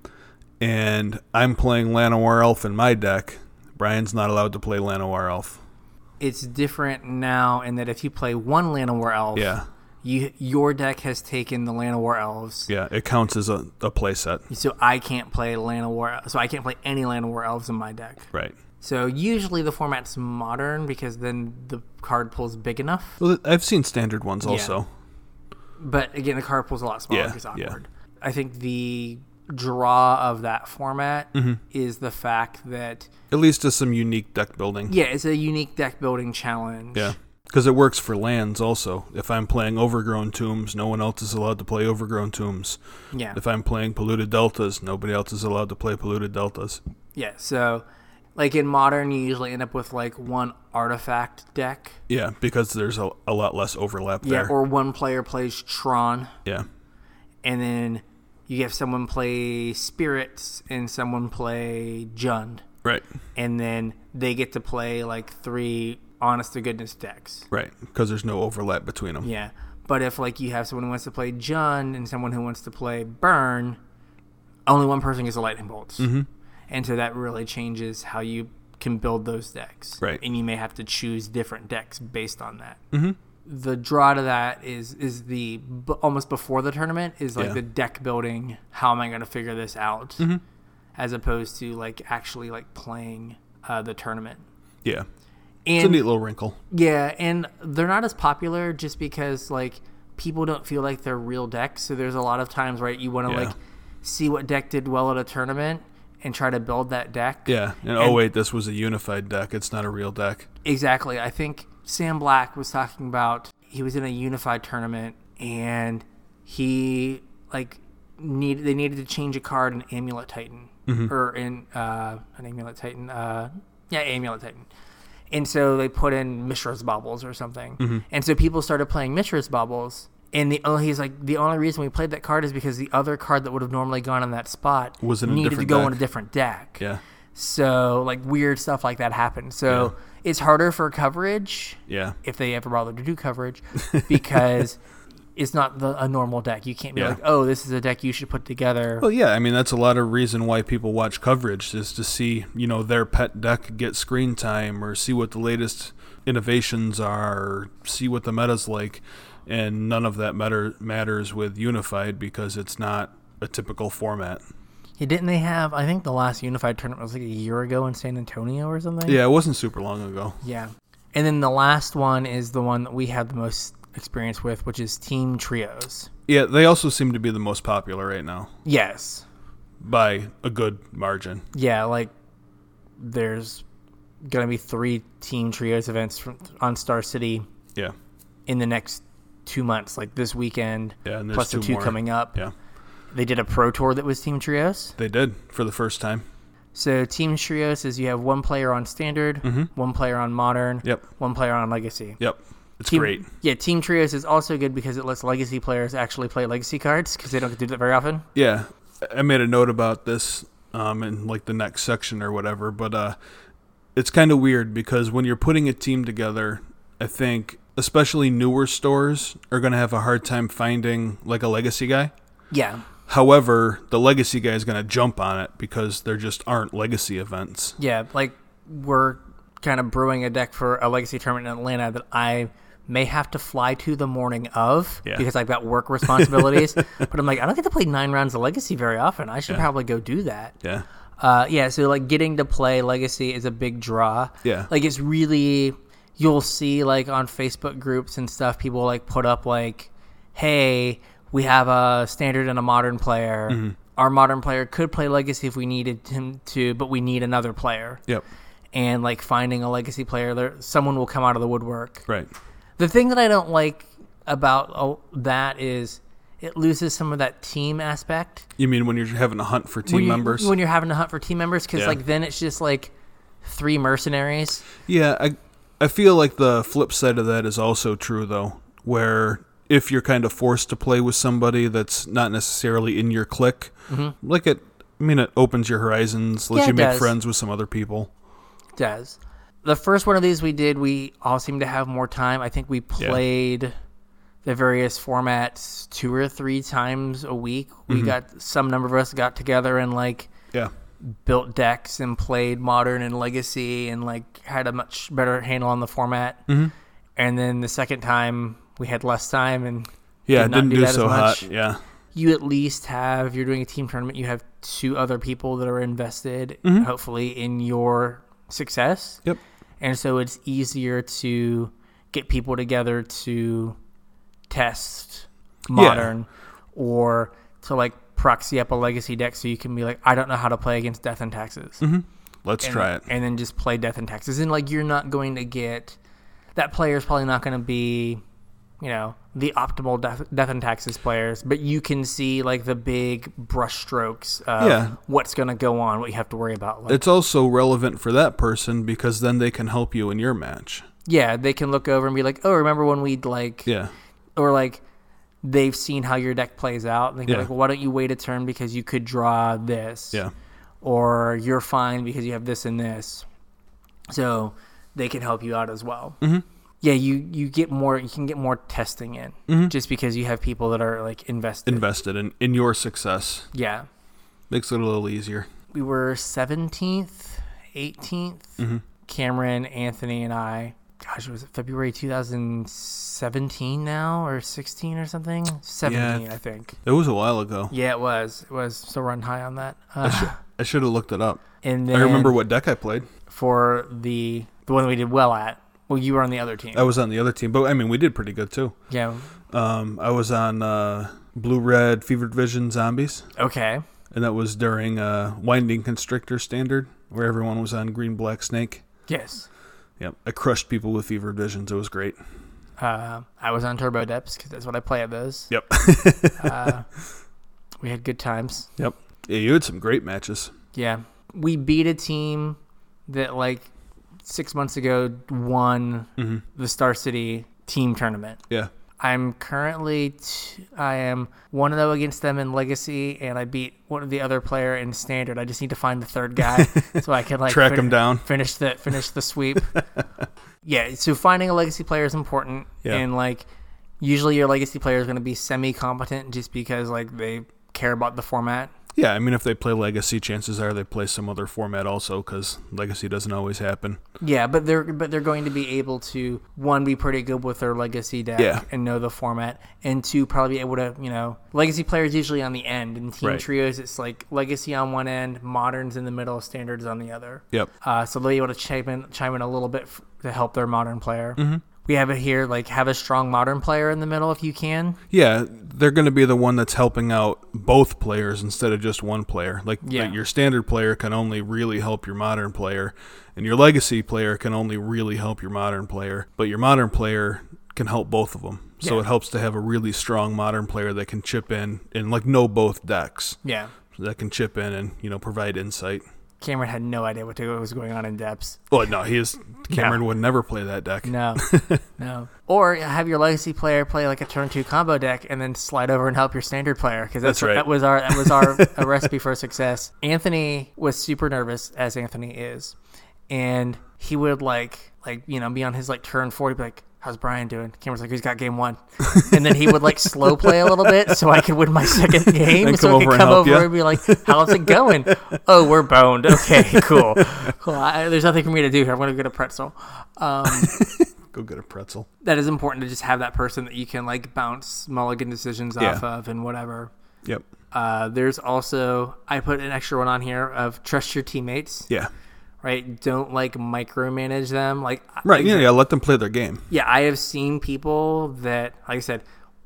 Speaker 2: and I'm playing Llanowar Elf in my deck, Brian's not allowed to play Llanowar Elf.
Speaker 1: it's different now in that if you play one Llanowar Elf,
Speaker 2: Yeah.
Speaker 1: you, your deck has taken the Llanowar Elves.
Speaker 2: Yeah, it counts as a, a play set.
Speaker 1: So I can't play Llanowar. So I can't play any Llanowar Elves in my deck.
Speaker 2: Right.
Speaker 1: So usually the format's modern because then the card pool's big enough.
Speaker 2: Well, I've seen standard ones also.
Speaker 1: But again, the card pool's a lot smaller.
Speaker 2: Yeah,
Speaker 1: Yeah, it's
Speaker 2: yeah.
Speaker 1: awkward. I think the draw of that format
Speaker 2: Mm-hmm.
Speaker 1: is the fact that
Speaker 2: At least as some unique deck building.
Speaker 1: yeah, it's a unique deck building challenge.
Speaker 2: Yeah. Because it works for lands also. If I'm playing Overgrown Tombs, no one else is allowed to play Overgrown Tombs.
Speaker 1: yeah.
Speaker 2: If I'm playing Polluted Deltas, nobody else is allowed to play Polluted Deltas.
Speaker 1: Yeah, so like in modern, you usually end up with like one artifact deck.
Speaker 2: Yeah, because there's a, a lot less overlap
Speaker 1: Yeah,
Speaker 2: there.
Speaker 1: or one player plays Tron,
Speaker 2: yeah.
Speaker 1: and then you have someone play Spirits and someone play Jund,
Speaker 2: Right.
Speaker 1: and then they get to play like three honest to goodness decks.
Speaker 2: Right. Because there's no overlap between them.
Speaker 1: Yeah, but if like you have someone who wants to play Jund and someone who wants to play Burn, only one person gets the lightning bolts,
Speaker 2: Mm-hmm.
Speaker 1: and so that really changes how you can build those decks.
Speaker 2: Right. Mm-hmm.
Speaker 1: and you may have to choose different decks based on that. the draw to that is is the b- almost before the tournament is like
Speaker 2: Yeah. Mm-hmm.
Speaker 1: the deck building. How am I going to figure this out? As opposed to like actually like playing uh, the tournament.
Speaker 2: Yeah. It's a
Speaker 1: And
Speaker 2: neat little wrinkle.
Speaker 1: yeah, and they're not as popular just because like people don't feel like they're real decks. So there's a lot of times right you want to
Speaker 2: Yeah.
Speaker 1: like see what deck did well at a tournament and try to build that deck.
Speaker 2: Yeah. And, oh wait, this was a unified deck. It's not a real deck.
Speaker 1: Exactly. I think Sam Black was talking about he was in a unified tournament and he like needed they needed to change a card in Amulet Titan
Speaker 2: Mm-hmm.
Speaker 1: or in uh, an Amulet Titan. Uh, yeah, Amulet Titan. And so they put in Mishra's Bubbles or something.
Speaker 2: Mm-hmm.
Speaker 1: And so people started playing Mishra's Bubbles. And the only he's like the only reason we played that card is because the other card that would have normally gone in that spot
Speaker 2: Was in a
Speaker 1: needed to
Speaker 2: different
Speaker 1: go
Speaker 2: deck.
Speaker 1: in a different deck.
Speaker 2: Yeah.
Speaker 1: So like weird stuff like that happens. So it's harder for coverage
Speaker 2: Yeah.
Speaker 1: if they ever bother to do coverage because it's not the, a normal deck. You can't be
Speaker 2: Yeah.
Speaker 1: like, oh, this is a deck you should put together.
Speaker 2: Well, yeah, I mean that's a lot of reason why people watch coverage is to see you know their pet deck get screen time or see what the latest innovations are, or see what the meta's like, and none of that matter matters with Unified because it's not a typical format.
Speaker 1: Yeah, didn't they have? I think the last unified tournament was like a year ago in San Antonio or something.
Speaker 2: Yeah, it wasn't super long ago.
Speaker 1: Yeah. And then the last one is the one that we have the most experience with, which is team trios.
Speaker 2: Yeah, they also seem to be the most popular right now
Speaker 1: Yes.
Speaker 2: by a good margin.
Speaker 1: yeah, like there's gonna be three team trios events from, on Star City
Speaker 2: Yeah,
Speaker 1: in the next two months, like this weekend,
Speaker 2: yeah, and there's
Speaker 1: plus
Speaker 2: two,
Speaker 1: the two
Speaker 2: more.
Speaker 1: coming up.
Speaker 2: Yeah,
Speaker 1: They did a pro tour that was team trios.
Speaker 2: they did for the first time.
Speaker 1: So team trios is you have one player on standard, one player on modern,
Speaker 2: Mm-hmm. Yep,
Speaker 1: one player on legacy.
Speaker 2: yep, it's
Speaker 1: Team-
Speaker 2: great.
Speaker 1: Yeah, team trios is also good because it lets legacy players actually play legacy cards because they don't do that very often.
Speaker 2: Yeah, I made a note about this um, in like the next section or whatever, but uh, it's kind of weird because when you're putting a team together, I think especially newer stores are going to have a hard time finding like a legacy guy.
Speaker 1: Yeah,
Speaker 2: However, the legacy guy is going to jump on it because there just aren't legacy events.
Speaker 1: Yeah, like we're kind of brewing a deck for a legacy tournament in Atlanta that I may have to fly to the morning of
Speaker 2: Yeah.
Speaker 1: because I've got work responsibilities. but I'm like, I don't get to play nine rounds of legacy very often. I should probably go do that.
Speaker 2: Yeah.
Speaker 1: Uh, yeah, so like getting to play legacy is a big draw.
Speaker 2: Yeah.
Speaker 1: like it's really you'll see like on Facebook groups and stuff, people like put up like, hey, we have a standard and a modern player.
Speaker 2: Mm-hmm.
Speaker 1: Our modern player could play legacy if we needed him to, but we need another player
Speaker 2: Yep.
Speaker 1: and like finding a legacy player there someone will come out of the woodwork
Speaker 2: Right.
Speaker 1: the thing that i don't like about oh, that is it loses some of that team aspect
Speaker 2: You mean when you're having a hunt for team
Speaker 1: when you-
Speaker 2: members?
Speaker 1: when you're having to hunt for team members because
Speaker 2: Yeah.
Speaker 1: like then it's just like three mercenaries
Speaker 2: Yeah, I I feel like the flip side of that is also true though, where if you're kind of forced to play with somebody that's not necessarily in your clique, like it I mean it opens your horizons, lets
Speaker 1: Mm-hmm. Yeah,
Speaker 2: you
Speaker 1: it
Speaker 2: make
Speaker 1: does.
Speaker 2: friends with some other people.
Speaker 1: does the first one of these we did we all seemed to have more time i think we played the various formats two or three times a week we got some number of us got together and like
Speaker 2: Yeah.
Speaker 1: built decks and played modern and legacy and like had a much better handle on the format.
Speaker 2: Mm-hmm.
Speaker 1: And then the second time we had less time and
Speaker 2: Yeah,
Speaker 1: Did
Speaker 2: it
Speaker 1: not
Speaker 2: didn't
Speaker 1: do
Speaker 2: do
Speaker 1: that as
Speaker 2: so hot.
Speaker 1: much.
Speaker 2: Yeah.
Speaker 1: you at least have if you're doing a team tournament, you have two other people that are invested hopefully in your success.
Speaker 2: Mm-hmm. Yep.
Speaker 1: And so it's easier to get people together to test modern or to like proxy up a legacy deck so you can be like, I don't know how to play against death and taxes.
Speaker 2: Let's
Speaker 1: and,
Speaker 2: try it.
Speaker 1: and then just play Death and Taxes. And like you're not going to get that player is probably not going to be, you know, the optimal Death, death and Taxes players, but you can see like the big brushstrokes of
Speaker 2: Yeah.
Speaker 1: what's going to go on, what you have to worry about. Like,
Speaker 2: It's also relevant for that person because then they can help you in your match.
Speaker 1: yeah, they can look over and be like, oh, remember when we'd like,
Speaker 2: Yeah.
Speaker 1: or like. They've seen how your deck plays out, and they can be
Speaker 2: Yeah.
Speaker 1: like, "Well, why don't you wait a turn because you could draw this?"
Speaker 2: Yeah.
Speaker 1: or you're fine because you have this and this. So they can help you out as well.
Speaker 2: Mm-hmm.
Speaker 1: Yeah, you you get more. You can get more testing in
Speaker 2: Mm-hmm.
Speaker 1: just because you have people that are like invested.
Speaker 2: Invested in, in your success.
Speaker 1: yeah,
Speaker 2: Makes it a little easier.
Speaker 1: we
Speaker 2: Mm-hmm.
Speaker 1: were seventeenth, 18th Cameron, Anthony, and I gosh, was it February 2017 now or 16 or something? 17, I think.
Speaker 2: It was a while ago.
Speaker 1: Yeah, it was. It was. So run high on that. Uh,
Speaker 2: I should have looked it up.
Speaker 1: and then
Speaker 2: I remember what deck I played.
Speaker 1: for the the one that we did well at. Well, you were on the other team.
Speaker 2: I was on the other team, but I mean, we did pretty good too.
Speaker 1: Yeah.
Speaker 2: Um, I was on uh, Blue Red Fevered Vision Zombies,
Speaker 1: Okay.
Speaker 2: and that was during uh, Winding Constrictor Standard, where everyone was on Green Black Snake.
Speaker 1: Yes.
Speaker 2: Yep, I crushed people with Fevered Visions. It was great.
Speaker 1: Uh, I was on Turbo Depths because that's what I play at those.
Speaker 2: Yep.
Speaker 1: Uh, we had good times.
Speaker 2: Yep. Yeah, you had some great matches.
Speaker 1: Yeah. We beat a team that like six months ago won
Speaker 2: Mm-hmm.
Speaker 1: the Star City team tournament.
Speaker 2: Yeah.
Speaker 1: I'm currently t- I am one zero against them in Legacy, and I beat one of the other player in Standard. I just need to find the third guy so I can like
Speaker 2: Track him down.
Speaker 1: finish the finish the sweep. yeah, so finding a Legacy player is important,
Speaker 2: Yeah.
Speaker 1: and like usually your Legacy player is going to be semi competent just because like they care about the format.
Speaker 2: Yeah, I mean, if they play Legacy, chances are they play some other format also, because Legacy doesn't always happen.
Speaker 1: Yeah, but they're but they're going to be able to one be pretty good with their legacy deck
Speaker 2: Yeah.
Speaker 1: and know the format, and two probably be able to you know legacy players usually on the end in team
Speaker 2: Right.
Speaker 1: trios it's like legacy on one end, moderns in the middle, standards on the other.
Speaker 2: Yep.
Speaker 1: Uh, so they'll be able to chime in chime in a little bit f- to help their modern player. We have it here like have a strong modern player in the middle if you can.
Speaker 2: Yeah, they're going to be the one that's helping out both players instead of just one player. Like,
Speaker 1: Yeah.
Speaker 2: like, your standard player can only really help your modern player, and your legacy player can only really help your modern player. But your modern player can help both of them. So
Speaker 1: Yeah.
Speaker 2: it helps to have a really strong modern player that can chip in and like know both decks
Speaker 1: Yeah,
Speaker 2: that can chip in and you know provide insight.
Speaker 1: Cameron had no idea what to- what was going on in depths.
Speaker 2: Well, no, he is Cameron would never play that deck.
Speaker 1: No, no. Or have your legacy player play like a turn two combo deck, and then slide over and help your standard player because that's,
Speaker 2: That's right.
Speaker 1: that was our that was our a recipe for success. Anthony was super nervous as Anthony is, and he would like like you know be on his like turn forty be like. How's Brian doing? Cameron's like, he's got game one, and then he would like slow play a little bit so I could win my second game.
Speaker 2: Then
Speaker 1: so
Speaker 2: come
Speaker 1: I
Speaker 2: over
Speaker 1: could
Speaker 2: and
Speaker 1: come
Speaker 2: help
Speaker 1: over
Speaker 2: ya.
Speaker 1: and be like, "How's it going?" oh, we're boned. Okay, cool, cool. I, there's nothing for me to do here. I'm gonna get a pretzel. Um,
Speaker 2: Go get a pretzel.
Speaker 1: that is important to just have that person that you can like bounce mulligan decisions
Speaker 2: Yeah.
Speaker 1: off of and whatever.
Speaker 2: Yep.
Speaker 1: Uh, there's also I put an extra one on here of trust your teammates,
Speaker 2: Yeah.
Speaker 1: right? Don't like micromanage them. Like I-
Speaker 2: Right. Yeah, yeah. Let them play their game.
Speaker 1: yeah, I have seen people that like I said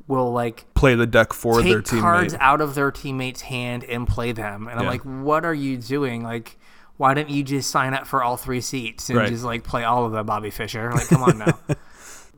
Speaker 1: will like
Speaker 2: Play the deck for their
Speaker 1: take
Speaker 2: teammate.
Speaker 1: cards out of their teammate's hand and play them. And I'm
Speaker 2: Yeah.
Speaker 1: like, what are you doing? Like, why don't you just sign up for all three seats and
Speaker 2: Right.
Speaker 1: just like play all of them, Bobby Fisher? Like, come on now.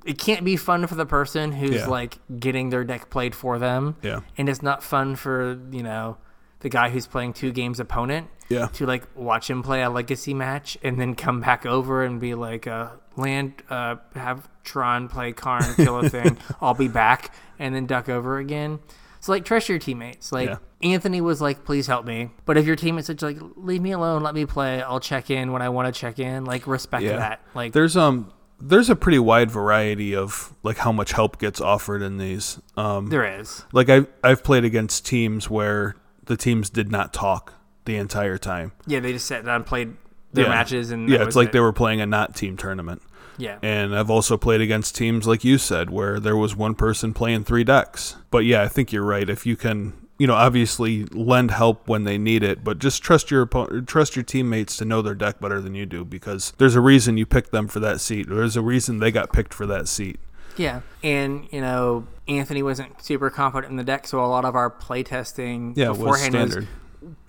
Speaker 1: It can't be fun for the person who's
Speaker 2: Yeah.
Speaker 1: like getting their deck played for them.
Speaker 2: Yeah.
Speaker 1: And it's not fun for, you know, the guy who's playing two games opponent
Speaker 2: Yeah.
Speaker 1: to like watch him play a legacy match and then come back over and be like, uh, land, uh, have Tron play Karn, kill a thing, I'll be back, and then duck over again. So like, trust your teammates. Like
Speaker 2: Yeah.
Speaker 1: Anthony was like, please help me, but if your teammates are just like, leave me alone, let me play, I'll check in when I want to check in. Like respect
Speaker 2: Yeah.
Speaker 1: that. Like
Speaker 2: there's um there's a pretty wide variety of like how much help gets offered in these. Um,
Speaker 1: there is.
Speaker 2: like I've I've played against teams where the teams did not talk the entire time.
Speaker 1: Yeah, they just sat down, played their
Speaker 2: Yeah.
Speaker 1: matches, and
Speaker 2: yeah,
Speaker 1: that
Speaker 2: it's
Speaker 1: was
Speaker 2: like
Speaker 1: it.
Speaker 2: they were playing a not team tournament.
Speaker 1: yeah.
Speaker 2: And I've also played against teams like you said, where there was one person playing three decks. But yeah, I think you're right. If you can, you know, obviously lend help when they need it, but just trust your opponent, trust your teammates to know their deck better than you do, because there's a reason you picked them for that seat. Or there's a reason they got picked for that seat.
Speaker 1: Yeah. And, you know, Anthony wasn't super confident in the deck, so a lot of our playtesting
Speaker 2: Yeah, it was
Speaker 1: beforehand was standard.
Speaker 2: standard.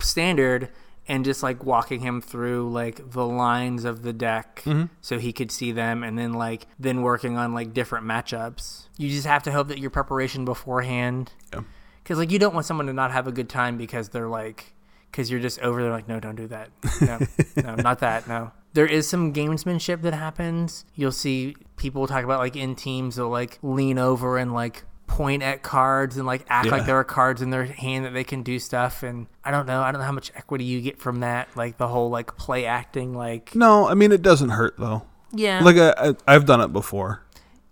Speaker 1: and just like walking him through like the lines of the deck
Speaker 2: Mm-hmm.
Speaker 1: so he could see them and then like then working on like different matchups. You just have to hope that your preparation beforehand
Speaker 2: Yeah.
Speaker 1: cuz like you don't want someone to not have a good time because they're like cuz you're just over there like no don't do that. No. no, not that. No. There is some gamesmanship that happens. You'll see people talk about like in teams they'll like lean over and like point at cards and like act
Speaker 2: Yeah.
Speaker 1: like there are cards in their hand that they can do stuff and I don't know. I don't know how much equity you get from that like the whole like play acting like
Speaker 2: No, I mean it doesn't hurt though.
Speaker 1: yeah.
Speaker 2: Like I, I, I've done it before.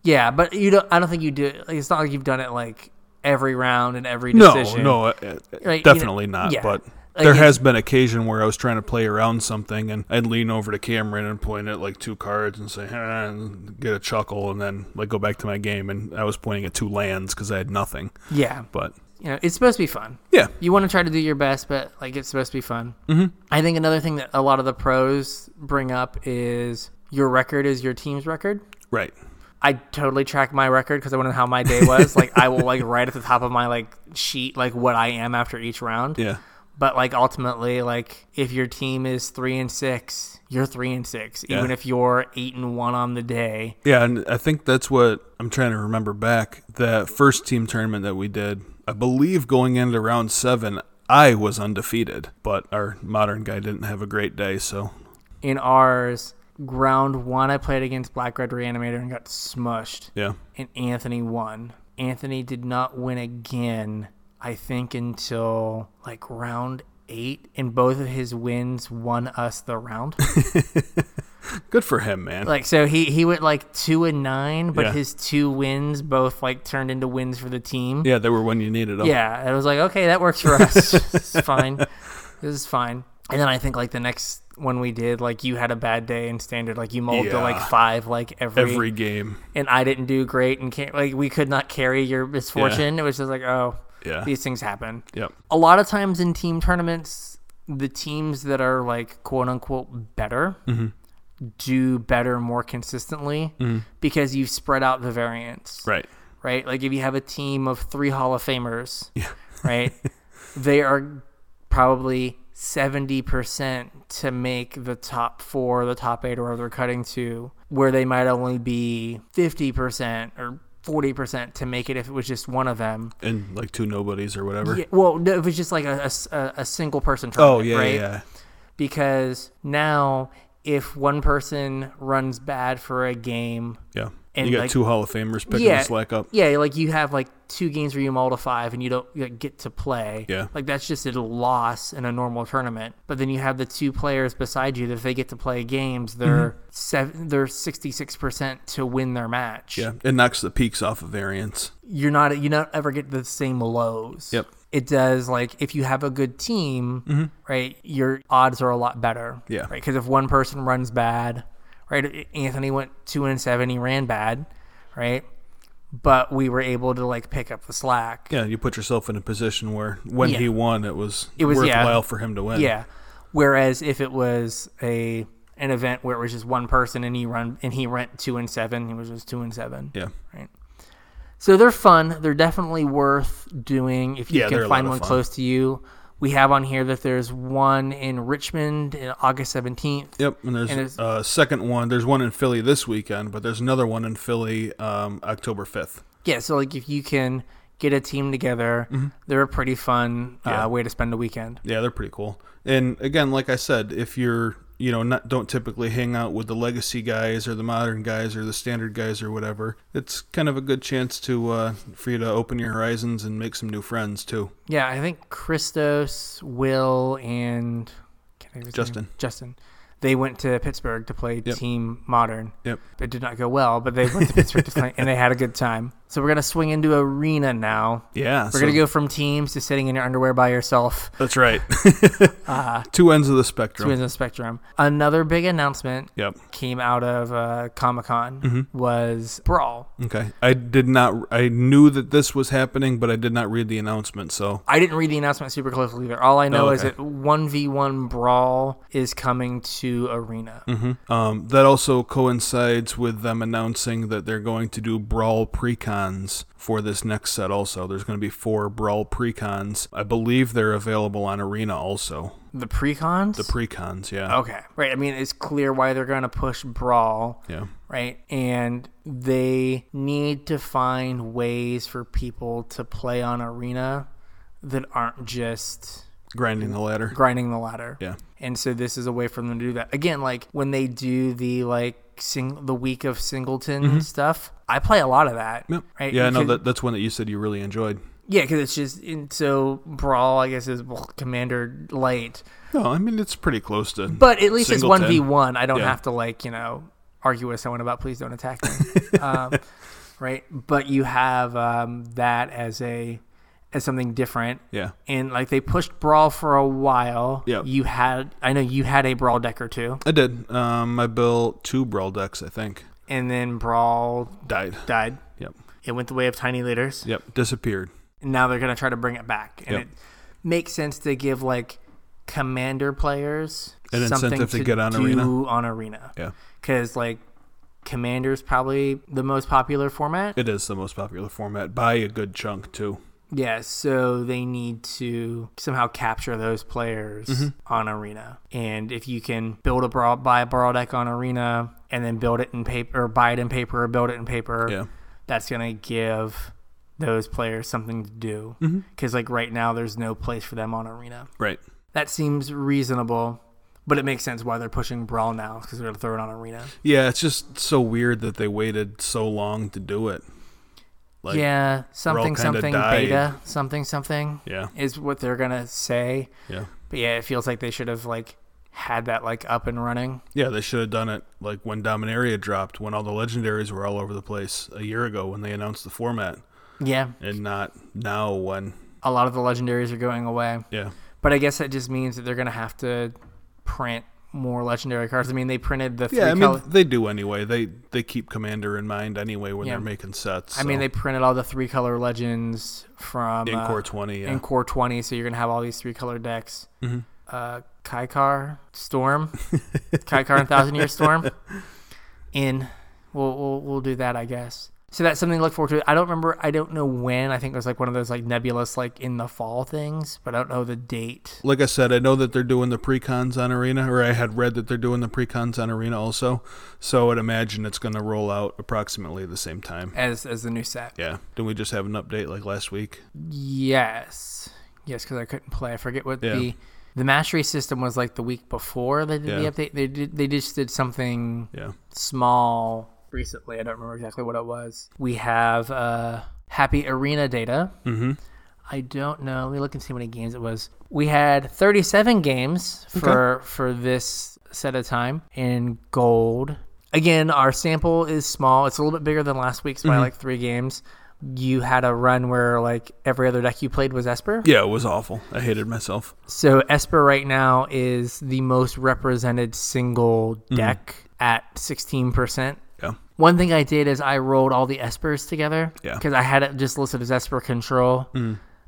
Speaker 1: Yeah, but you don't. I don't think you do. Like, it's not like you've done it like every round and every
Speaker 2: No,
Speaker 1: decision.
Speaker 2: no, uh, uh,
Speaker 1: Right, you know-
Speaker 2: definitely not.
Speaker 1: yeah.
Speaker 2: But There
Speaker 1: again-
Speaker 2: has been occasion where I was trying to play around something and I'd lean over to Cameron and point at like two cards and say, "Huh," and get a chuckle, and then like go back to my game. And I was pointing at two lands because I had nothing.
Speaker 1: yeah,
Speaker 2: But
Speaker 1: you know, it's supposed to be fun.
Speaker 2: yeah,
Speaker 1: You want to try to do your best, but like it's supposed to be fun. Mm-hmm. I think another thing that a lot of the pros bring up is your record is your team's record.
Speaker 2: right.
Speaker 1: I totally track my record because I want to know how my day was. like I will like write at the top of my like sheet like what I am after each round.
Speaker 2: Yeah.
Speaker 1: But like ultimately, like if your team is three and six, you're three and six, even
Speaker 2: Yeah.
Speaker 1: if you're eight and one on the day.
Speaker 2: Yeah, and I think that's what I'm trying to remember back. That first team tournament that we did, I believe going into round seven, I was undefeated, but our modern guy didn't have a great day, so
Speaker 1: In ours, ground one, I played against Black Red Reanimator and got smushed,
Speaker 2: yeah.
Speaker 1: and Anthony won. Anthony did not win again, I think, until like round eight, and both of his wins won us the round.
Speaker 2: Good for him, man.
Speaker 1: Like so he he went like two and nine, but
Speaker 2: Yeah.
Speaker 1: his two wins both like turned into wins for the team.
Speaker 2: yeah, they were when you needed them.
Speaker 1: Yeah, and I was like, okay, that works for us. it's fine. This is fine. And then I think like the next one we did, like you had a bad day in standard, like you mulled to
Speaker 2: Yeah.
Speaker 1: like five, like every,
Speaker 2: Every game.
Speaker 1: and I didn't do great, and can't like we could not carry your misfortune. It was just like, oh,
Speaker 2: Yeah.
Speaker 1: these things happen.
Speaker 2: Yep.
Speaker 1: A lot of times in team tournaments, the teams that are like quote unquote better do better more consistently because you've spread out the variance
Speaker 2: Right.
Speaker 1: right? Like if you have a team of three Hall of Famers,
Speaker 2: Yeah.
Speaker 1: right? they are probably 70% to make the top four, the top eight, or whatever they're cutting to, where they might only be 50% or 40% to make it if it was just one of them.
Speaker 2: And like two nobodies or whatever.
Speaker 1: Yeah, well, no, if it's just like a, a s- a- a single person
Speaker 2: Oh,
Speaker 1: tournament,
Speaker 2: yeah,
Speaker 1: right?
Speaker 2: yeah.
Speaker 1: Because now if one person runs bad for a game,
Speaker 2: Yeah.
Speaker 1: And,
Speaker 2: you got
Speaker 1: like-
Speaker 2: two Hall of Famers picking the slack up.
Speaker 1: yeah, like you have like two games where you mull to five and you don't like, get to play.
Speaker 2: Yeah.
Speaker 1: Like that's just a loss in a normal tournament. But then you have the two players beside you that if they get to play games, they're
Speaker 2: Mm-hmm.
Speaker 1: seven, they're sixty six percent to win their match.
Speaker 2: Yeah. It knocks the peaks off of variance.
Speaker 1: You're not you don't ever get the same lows.
Speaker 2: Yep. Mm-hmm.
Speaker 1: It does like if you have a good team, right? Your odds are a lot better.
Speaker 2: Yeah.
Speaker 1: Right. Because if one person runs bad, right? Anthony went two and seven. He ran bad, right? But we were able to like pick up the slack.
Speaker 2: Yeah, you put yourself in a position where when
Speaker 1: Yeah.
Speaker 2: he won, it was,
Speaker 1: It was- yeah.
Speaker 2: worthwhile for him to win.
Speaker 1: Yeah. Whereas if it was a an event where it was just one person and he run and he went two and seven, he was just two and seven.
Speaker 2: Yeah.
Speaker 1: Right. So they're fun. They're definitely worth doing if you
Speaker 2: Yeah, they're
Speaker 1: can
Speaker 2: a
Speaker 1: find
Speaker 2: lot
Speaker 1: one
Speaker 2: of fun.
Speaker 1: close to you. We have on here that there's one in Richmond in August seventeenth.
Speaker 2: Yep, and
Speaker 1: And
Speaker 2: there's
Speaker 1: it's-
Speaker 2: a uh, second one. There's one in Philly this weekend, but there's another one in Philly um, October 5th.
Speaker 1: Yeah, so like if you can get a team together, they're a pretty fun
Speaker 2: Mm-hmm. Yeah.
Speaker 1: uh, way to spend a weekend.
Speaker 2: Yeah, they're pretty cool. And again, like I said, if you're you know not don't typically hang out with the legacy guys or the modern guys or the standard guys or whatever, it's kind of a good chance to uh, for you to open your horizons and make some new friends too.
Speaker 1: Yeah, I think Christos, Will, and can't think of his
Speaker 2: Justin.
Speaker 1: name. Justin, they went to Pittsburgh to play
Speaker 2: Yep.
Speaker 1: Team Modern.
Speaker 2: Yep.
Speaker 1: It did not go well, but they went to Pittsburgh to play, and they had a good time. So we're gonna swing into arena now.
Speaker 2: Yeah,
Speaker 1: We're gonna go from teams to sitting in your underwear by yourself
Speaker 2: That's right. Uh-huh. Two ends of the spectrum.
Speaker 1: to the spectrum. Another big announcement
Speaker 2: yep.
Speaker 1: came out of uh, Comic Con
Speaker 2: Mm-hmm.
Speaker 1: was Brawl.
Speaker 2: Okay. I did not. I knew that this was happening, but I did not read the announcement. So
Speaker 1: I didn't read the announcement super closely either. All I know
Speaker 2: Oh,
Speaker 1: is
Speaker 2: okay.
Speaker 1: that one v one Brawl is coming to arena.
Speaker 2: Um, that also coincides with them announcing that they're going to do Brawl Precons for this next set, also. There's going to be four Brawl Precons. I believe they're available on Arena also.
Speaker 1: The precons.
Speaker 2: The Precons, yeah.
Speaker 1: Okay. Right. I mean, it's clear why they're going to push Brawl,
Speaker 2: Yeah.
Speaker 1: right? And they need to find ways for people to play on Arena that aren't just
Speaker 2: Grinding the ladder.
Speaker 1: grinding the ladder.
Speaker 2: Yeah.
Speaker 1: And so this is a way for them to do that. Again, like when they do the like sing the week of singleton stuff, I play a lot of that.
Speaker 2: Mm-hmm. Yep.
Speaker 1: Right?
Speaker 2: Yeah, I know
Speaker 1: Because-
Speaker 2: that, that's one that you said you really enjoyed.
Speaker 1: Yeah, because it's just and so Brawl, I guess, is well, Commander Light.
Speaker 2: No, I mean, it's pretty close to.
Speaker 1: But at least
Speaker 2: Singleton.
Speaker 1: it's one v one. I don't
Speaker 2: Yeah.
Speaker 1: have to like you know argue with someone about please don't attack me, um, right? But you have um, that as a as something different.
Speaker 2: Yeah.
Speaker 1: And like they pushed Brawl for a while.
Speaker 2: Yep.
Speaker 1: You had I know you had a Brawl deck or two,
Speaker 2: I did. Um, I built two Brawl decks, I think.
Speaker 1: and then Brawl
Speaker 2: Died.
Speaker 1: died.
Speaker 2: Yep.
Speaker 1: It went the way of Tiny Leaders.
Speaker 2: Yep. Disappeared.
Speaker 1: And now they're gonna try to bring it back. And
Speaker 2: Yep.
Speaker 1: it makes sense to give like commander players
Speaker 2: An
Speaker 1: something
Speaker 2: incentive to
Speaker 1: to
Speaker 2: get on
Speaker 1: do
Speaker 2: Arena.
Speaker 1: on arena.
Speaker 2: Yeah.
Speaker 1: Because like commander's probably the most popular format.
Speaker 2: It is the most popular format by a good chunk too.
Speaker 1: Yeah, so they need to somehow capture those players
Speaker 2: Mm-hmm.
Speaker 1: on Arena. And if you can build a brawl, buy a brawl deck on Arena, and then build it in paper, or buy it in paper, or build it in paper,
Speaker 2: Yeah.
Speaker 1: that's gonna give those players something to do.
Speaker 2: Mm-hmm.
Speaker 1: Because like right now, there's no place for them on Arena.
Speaker 2: Right.
Speaker 1: That seems reasonable, but it makes sense why they're pushing brawl now because they're gonna throw it on Arena.
Speaker 2: Yeah, it's just so weird that they waited so long to do it. Like,
Speaker 1: yeah, something,
Speaker 2: kinda
Speaker 1: something,
Speaker 2: died.
Speaker 1: beta, something, something
Speaker 2: Yeah.
Speaker 1: is what they're gonna say.
Speaker 2: Yeah.
Speaker 1: But yeah, it feels like they should have like had that like up and running.
Speaker 2: Yeah, they should have done it like when Dominaria dropped, when all the legendaries were all over the place a year ago when they announced the format,
Speaker 1: Yeah,
Speaker 2: and not now when.
Speaker 1: a lot of the legendaries are going away,
Speaker 2: Yeah.
Speaker 1: but I guess that just means that they're gonna have to print more legendary cards. I mean, they printed the three
Speaker 2: Yeah, I mean
Speaker 1: color.
Speaker 2: they do anyway. They they keep Commander in mind anyway when
Speaker 1: Yeah.
Speaker 2: they're making sets.
Speaker 1: I mean,
Speaker 2: so-
Speaker 1: they printed all the three color legends from
Speaker 2: in
Speaker 1: uh,
Speaker 2: Core 20, yeah.
Speaker 1: in core twenty. So you're gonna have all these three color decks.
Speaker 2: Mhm.
Speaker 1: Uh, Kaikar Storm, Kaikar and Thousand Year Storm. In, we'll, we'll we'll do that, I guess. So that's something to look forward to. I don't remember. I don't know when. I think it was like one of those like nebulous like in the fall things, but I don't know the date.
Speaker 2: like I said, I know that they're doing the pre-cons on Arena, or I had read that they're doing the pre-cons on Arena also. So I'd imagine it's going to roll out approximately the same time.
Speaker 1: As as the new set.
Speaker 2: Yeah. Didn't we just have an update like last week?
Speaker 1: Yes, yes, because I couldn't play. I forget what
Speaker 2: Yeah.
Speaker 1: the the mastery system was like the week before they did
Speaker 2: Yeah.
Speaker 1: the update. They did they just did something
Speaker 2: Yeah.
Speaker 1: small recently. I don't remember exactly what it was. We have uh, Happy Arena data.
Speaker 2: Mm-hmm.
Speaker 1: I don't know. Let me look and see how many games it was. We had 37 games for for this set of time in gold. Again, our sample is small. It's a little bit bigger than last week's by like three games. You had a run where like every other deck you played was Esper.
Speaker 2: Yeah, it was awful. I hated myself.
Speaker 1: So Esper right now is the most represented single deck at 16%.
Speaker 2: Yeah.
Speaker 1: One thing I did is I rolled all the Espers together
Speaker 2: Yeah.
Speaker 1: because I had it just listed as Esper Control.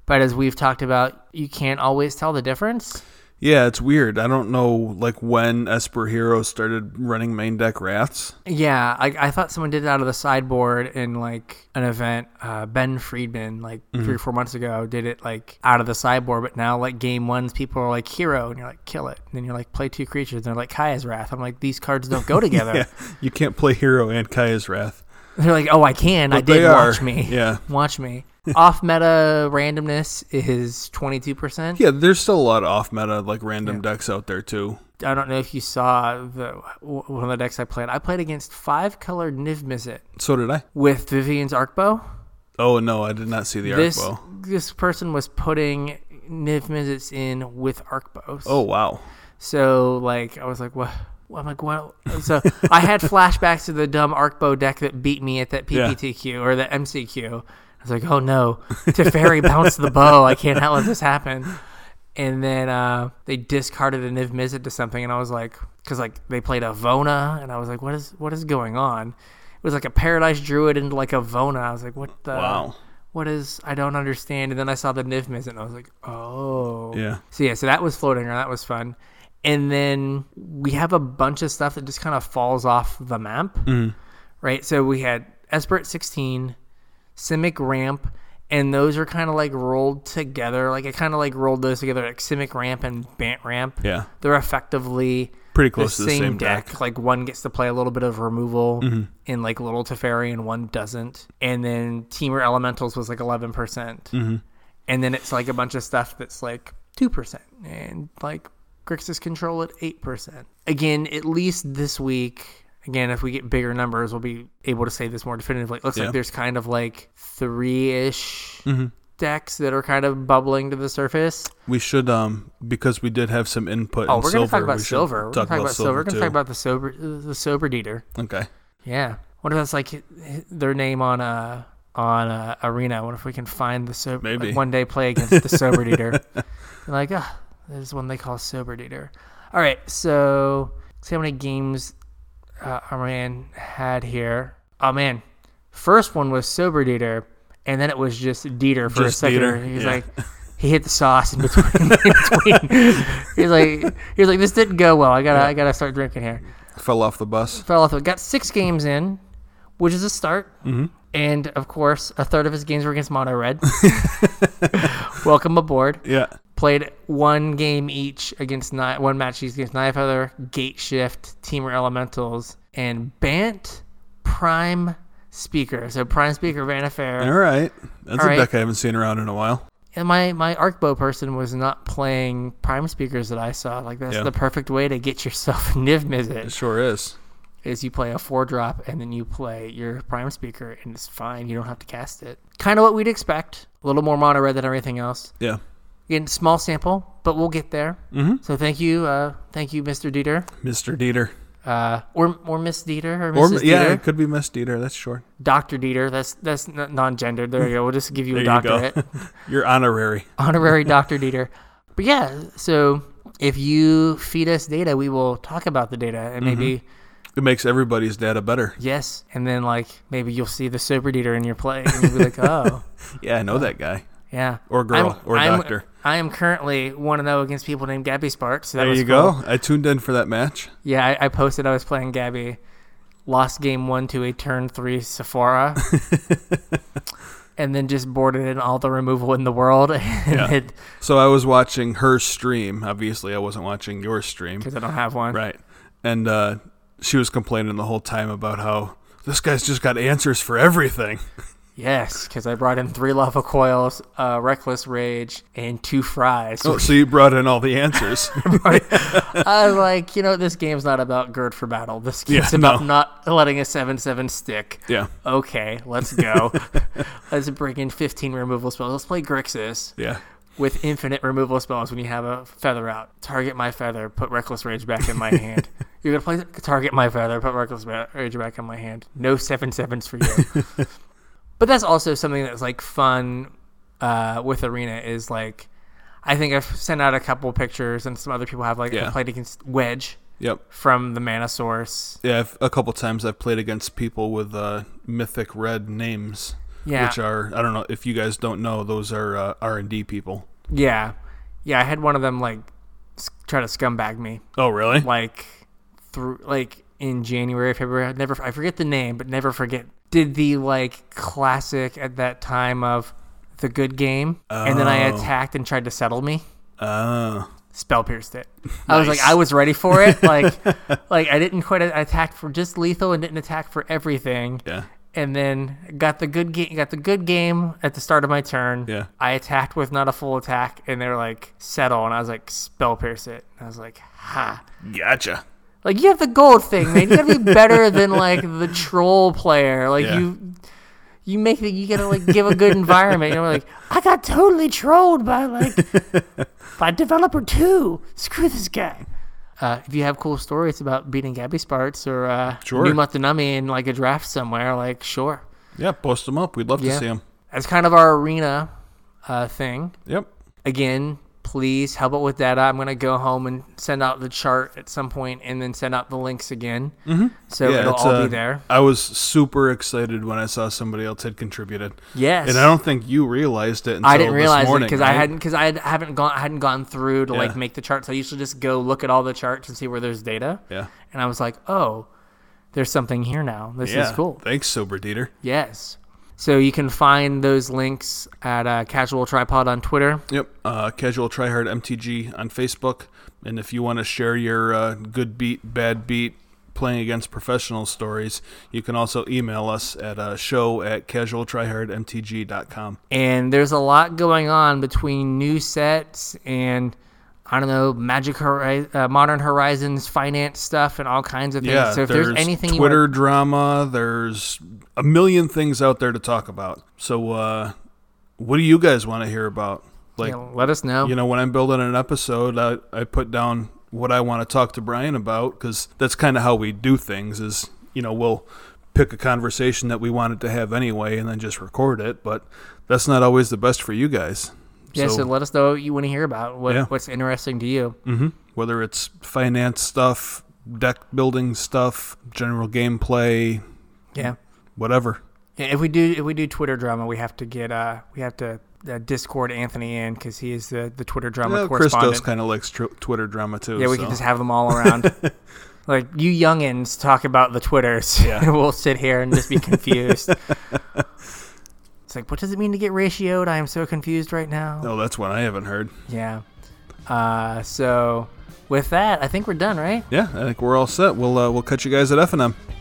Speaker 1: But as we've talked about, you can't always tell the difference.
Speaker 2: Yeah, it's weird. I don't know like when Esper Hero started running main deck Wraths.
Speaker 1: Yeah, I, I thought someone did it out of the sideboard in like an event. Uh, ben Friedman, like three or four months ago, did it like out of the sideboard. But now, like game ones, people are like hero, and you're like kill it. And then you're like play two creatures, and they're like Kaya's Wrath. I'm like these cards don't go together.
Speaker 2: Yeah. You can't play Hero and Kaya's Wrath.
Speaker 1: They're like, oh, I can. I
Speaker 2: But they
Speaker 1: did.
Speaker 2: are.
Speaker 1: Watch me.
Speaker 2: Yeah.
Speaker 1: Watch me. Off meta randomness is 22%.
Speaker 2: Yeah, there's still a lot of off meta like random decks out there too.
Speaker 1: I don't know if you saw the one of the decks I played. I played against five colored Niv Mizzet
Speaker 2: So did I.
Speaker 1: with Vivian's Arcbow.
Speaker 2: Oh no, I did not see the
Speaker 1: This
Speaker 2: Arcbow.
Speaker 1: this person was putting Niv Mizzets in with Arcbows.
Speaker 2: Oh wow.
Speaker 1: So like I was like, what? I'm like, what? So I had flashbacks to the dumb Arcbow deck that beat me at that
Speaker 2: Yeah.
Speaker 1: PPTQ or the MCQ. I was like, oh no, Teferi bounced the bow. I can't let this happen. And then uh, they discarded a Niv Mizzet to something, and I was like, because like they played a Vona, and I was like, what is what is going on? It was like a Paradise Druid into like a Vona. I was like, what the?
Speaker 2: Wow.
Speaker 1: What is? I don't understand. And then I saw the Niv Mizzet, and I was like, oh.
Speaker 2: Yeah.
Speaker 1: So yeah, so that was floating around. That was fun. And then we have a bunch of stuff that just kind of falls off the map,
Speaker 2: Mm-hmm.
Speaker 1: right? So we had Esper at 16, Simic Ramp, and those are kind of like rolled together. Like I kind of like rolled those together, like Simic Ramp and Bant Ramp.
Speaker 2: Yeah.
Speaker 1: They're effectively
Speaker 2: Pretty
Speaker 1: the
Speaker 2: close
Speaker 1: same,
Speaker 2: to the same
Speaker 1: deck.
Speaker 2: deck. Mm-hmm.
Speaker 1: Like one gets to play a little bit of removal in like Little Teferi and one doesn't. And then Teamer Elementals was like 11%. percent
Speaker 2: Mm-hmm.
Speaker 1: And then it's like a bunch of stuff that's like 2% and like Grixis Control at 8%. Again, at least this week, again, if we get bigger numbers, we'll be able to say this more definitively. It looks
Speaker 2: Yeah. Mm-hmm.
Speaker 1: like there's kind of like three ish decks that are kind of bubbling to the surface.
Speaker 2: We should um because we did have some input.
Speaker 1: Oh,
Speaker 2: in
Speaker 1: we're
Speaker 2: silver,
Speaker 1: going to talk about
Speaker 2: we should
Speaker 1: silver. We're going to talk about silver. We're going to
Speaker 2: too.
Speaker 1: talk about the sober, the sober deater.
Speaker 2: Okay.
Speaker 1: Yeah. What if that's like h- h- their name on uh on uh, Arena. I wonder if we can find the sober.
Speaker 2: Maybe.
Speaker 1: like, one day play against the sober eater. They're like, ah, there's one they call sober eater. All right, so see how many games uh, Arman had here. Oh man, first one was sober Dieter, and then it was just Dieter for
Speaker 2: Just
Speaker 1: a second.
Speaker 2: Dieter,
Speaker 1: He was
Speaker 2: yeah.
Speaker 1: like, he hit the sauce in between. in between. He's like, he was like, this didn't go well. I gotta, I gotta start drinking here.
Speaker 2: Fell off the bus.
Speaker 1: Fell off. Got six games in, which is a start. Mm-hmm. And of course, a third of his games were against Mono Red. Welcome aboard.
Speaker 2: Yeah.
Speaker 1: Played one game each against ni- one match each against Knife Other, Gate Shift, Teamer Elementals, and Bant Prime Speaker. So Prime Speaker Vanifair.
Speaker 2: All right. That's
Speaker 1: All
Speaker 2: a
Speaker 1: right.
Speaker 2: deck I haven't seen around in a while.
Speaker 1: And my my arcbow person was not playing prime speakers that I saw. Like that's
Speaker 2: Yeah.
Speaker 1: the perfect way to get yourself a Niv
Speaker 2: It
Speaker 1: Mizzet
Speaker 2: sure is.
Speaker 1: is you play a four drop and then you play your prime speaker and it's fine. You don't have to cast it. Kind of what we'd expect. A little more mono red than everything else.
Speaker 2: Yeah.
Speaker 1: Again, small sample, but we'll get there. Mm-hmm. So thank you, uh, thank you, Mr. Dieter,
Speaker 2: Mr. Dieter.
Speaker 1: uh, or or Miss Dieter or
Speaker 2: Or
Speaker 1: Mrs.
Speaker 2: yeah,
Speaker 1: Dieter.
Speaker 2: it could be Miss Dieter. That's short.
Speaker 1: Doctor Dieter. That's that's n- non-gendered. There you go. We'll just give you a
Speaker 2: There you go.
Speaker 1: doctorate.
Speaker 2: You're honorary.
Speaker 1: honorary Dr. Dieter. But yeah, so if you feed us data, we will talk about the data and maybe
Speaker 2: It makes everybody's data better.
Speaker 1: yes, and then like maybe you'll see the sober Dieter in your play and you'll be like, oh,
Speaker 2: Yeah, I know that guy.
Speaker 1: yeah,
Speaker 2: Or girl, or
Speaker 1: I'm,
Speaker 2: doctor.
Speaker 1: I am currently one and zero against people named Gabby Sparks. So that
Speaker 2: There
Speaker 1: was
Speaker 2: you
Speaker 1: cool.
Speaker 2: go. I tuned in for that match.
Speaker 1: Yeah, I, I posted I was playing Gabby, lost game one to a turn three Sephora. And then just boarded in all the removal in the world, and it,
Speaker 2: So I was watching her stream. Obviously, I wasn't watching your stream.
Speaker 1: because I don't have one.
Speaker 2: Right. And uh, she was complaining the whole time about how this guy's just got answers for everything.
Speaker 1: Yes, because I brought in three lava coils, uh, reckless rage, and two fries.
Speaker 2: Oh, so you brought in all the answers.
Speaker 1: I was like, you know, this game's not about gird for battle. This game's
Speaker 2: Yeah,
Speaker 1: about
Speaker 2: no.
Speaker 1: not letting a seven seven stick.
Speaker 2: yeah.
Speaker 1: Okay, let's go. let's bring in fifteen removal spells. Let's play Grixis
Speaker 2: Yeah.
Speaker 1: with infinite removal spells. When you have a feather out, target my feather, put reckless rage back in my hand. You're gonna play target my feather, put reckless Ra- rage back in my hand. No seven sevens for you. but that's also something that's like fun uh, with arena is like i think i've sent out a couple pictures and some other people have like I
Speaker 2: Yeah.
Speaker 1: played against wedge
Speaker 2: Yep.
Speaker 1: from the mana source
Speaker 2: Yeah. I've, a couple times I've played against people with uh, mythic red names,
Speaker 1: yeah
Speaker 2: which are I don't know if you guys don't know those are uh, R and D people.
Speaker 1: yeah yeah i had one of them like s- try to scumbag me
Speaker 2: Oh, really?
Speaker 1: like through like in January, February. I never I forget the name, but never forget. Did the like classic at that time of the good game, and then I
Speaker 2: Oh.
Speaker 1: attacked and tried to settle me.
Speaker 2: Oh,
Speaker 1: Spell pierced it. I was like,
Speaker 2: Nice.
Speaker 1: I was ready for it. Like, like I didn't quite I attacked for just lethal and didn't attack for everything.
Speaker 2: yeah.
Speaker 1: And then got the good game. Got the good game at the start of my turn.
Speaker 2: Yeah.
Speaker 1: I attacked with not a full attack, and they were like settle, and I was like spell pierce it. And I was like, ha.
Speaker 2: Gotcha.
Speaker 1: Like you have the gold thing, man. You gotta be better than like the troll player. Like
Speaker 2: Yeah.
Speaker 1: you, you make the, you gotta like give a good environment. You know, like I got totally trolled by like by developer two. Screw this guy. Uh, if you have cool stories about beating Gabby Sparks or uh,
Speaker 2: Sure.
Speaker 1: New Matanami in like a draft somewhere, like sure,
Speaker 2: Yeah. Post them up. We'd love
Speaker 1: Yeah.
Speaker 2: to see them.
Speaker 1: that's kind of our arena uh, thing.
Speaker 2: Yep.
Speaker 1: Again, please help out with data. I'm gonna go home and send out the chart at some point, and then send out the links again. Mm-hmm. So
Speaker 2: Yeah,
Speaker 1: it'll
Speaker 2: it's,
Speaker 1: all
Speaker 2: uh,
Speaker 1: be there.
Speaker 2: I was super excited when I saw somebody else had contributed,
Speaker 1: Yes.
Speaker 2: and I don't think you realized it. Until
Speaker 1: I didn't
Speaker 2: this
Speaker 1: realize
Speaker 2: morning,
Speaker 1: it because I
Speaker 2: right?
Speaker 1: hadn't because I had, haven't gone I hadn't gone through to like
Speaker 2: Yeah.
Speaker 1: make the charts. I usually just go look at all the charts and see where there's data.
Speaker 2: Yeah.
Speaker 1: And I was like, oh, there's something here now. This
Speaker 2: yeah.
Speaker 1: is cool.
Speaker 2: Thanks, sober Dieter.
Speaker 1: Yes. So you can find those links at uh, Casual Tripod on Twitter.
Speaker 2: Yep. Uh, Casual Tryhard MTG on Facebook. And if you want to share your uh, good beat, bad beat, playing against professional stories, you can also email us at uh, show at casualtryhardmtg.com.
Speaker 1: And there's a lot going on between new sets and I don't know Magic Hori- uh, Modern Horizons finance stuff and all kinds of things.
Speaker 2: Yeah,
Speaker 1: so if there's, anything you
Speaker 2: Twitter drama, there's a million things out there to talk about. So, uh, what do you guys want to hear about? Like,
Speaker 1: want, you know, let us know.
Speaker 2: you know, when I'm building an episode, I, I put down what I want to talk to Brian about because that's kind of how we do things. Is you know we'll pick a conversation that we wanted to have anyway and then just record it. But that's not always the best for you guys.
Speaker 1: Yeah, so, let us know what you want to hear about, what,
Speaker 2: Yeah.
Speaker 1: what's interesting to you.
Speaker 2: hmm whether it's finance stuff, deck building stuff, general gameplay,
Speaker 1: Yeah.
Speaker 2: whatever.
Speaker 1: yeah. If we do if we do Twitter drama, we have to get uh we have to uh, Discord Anthony in because he is the the Twitter drama
Speaker 2: Well,
Speaker 1: correspondent.
Speaker 2: Christos kind of likes tr- Twitter drama too.
Speaker 1: yeah, we
Speaker 2: so.
Speaker 1: can just have them all around. like you youngins talk about the Twitters,
Speaker 2: Yeah.
Speaker 1: and we'll sit here and just be confused. it's like, what does it mean to get ratioed? I am so confused right now.
Speaker 2: Oh, that's one I haven't heard.
Speaker 1: Yeah. Uh, so with that, I think we're done, right?
Speaker 2: Yeah, I think we're all set. We'll uh, we'll catch you guys at F and M.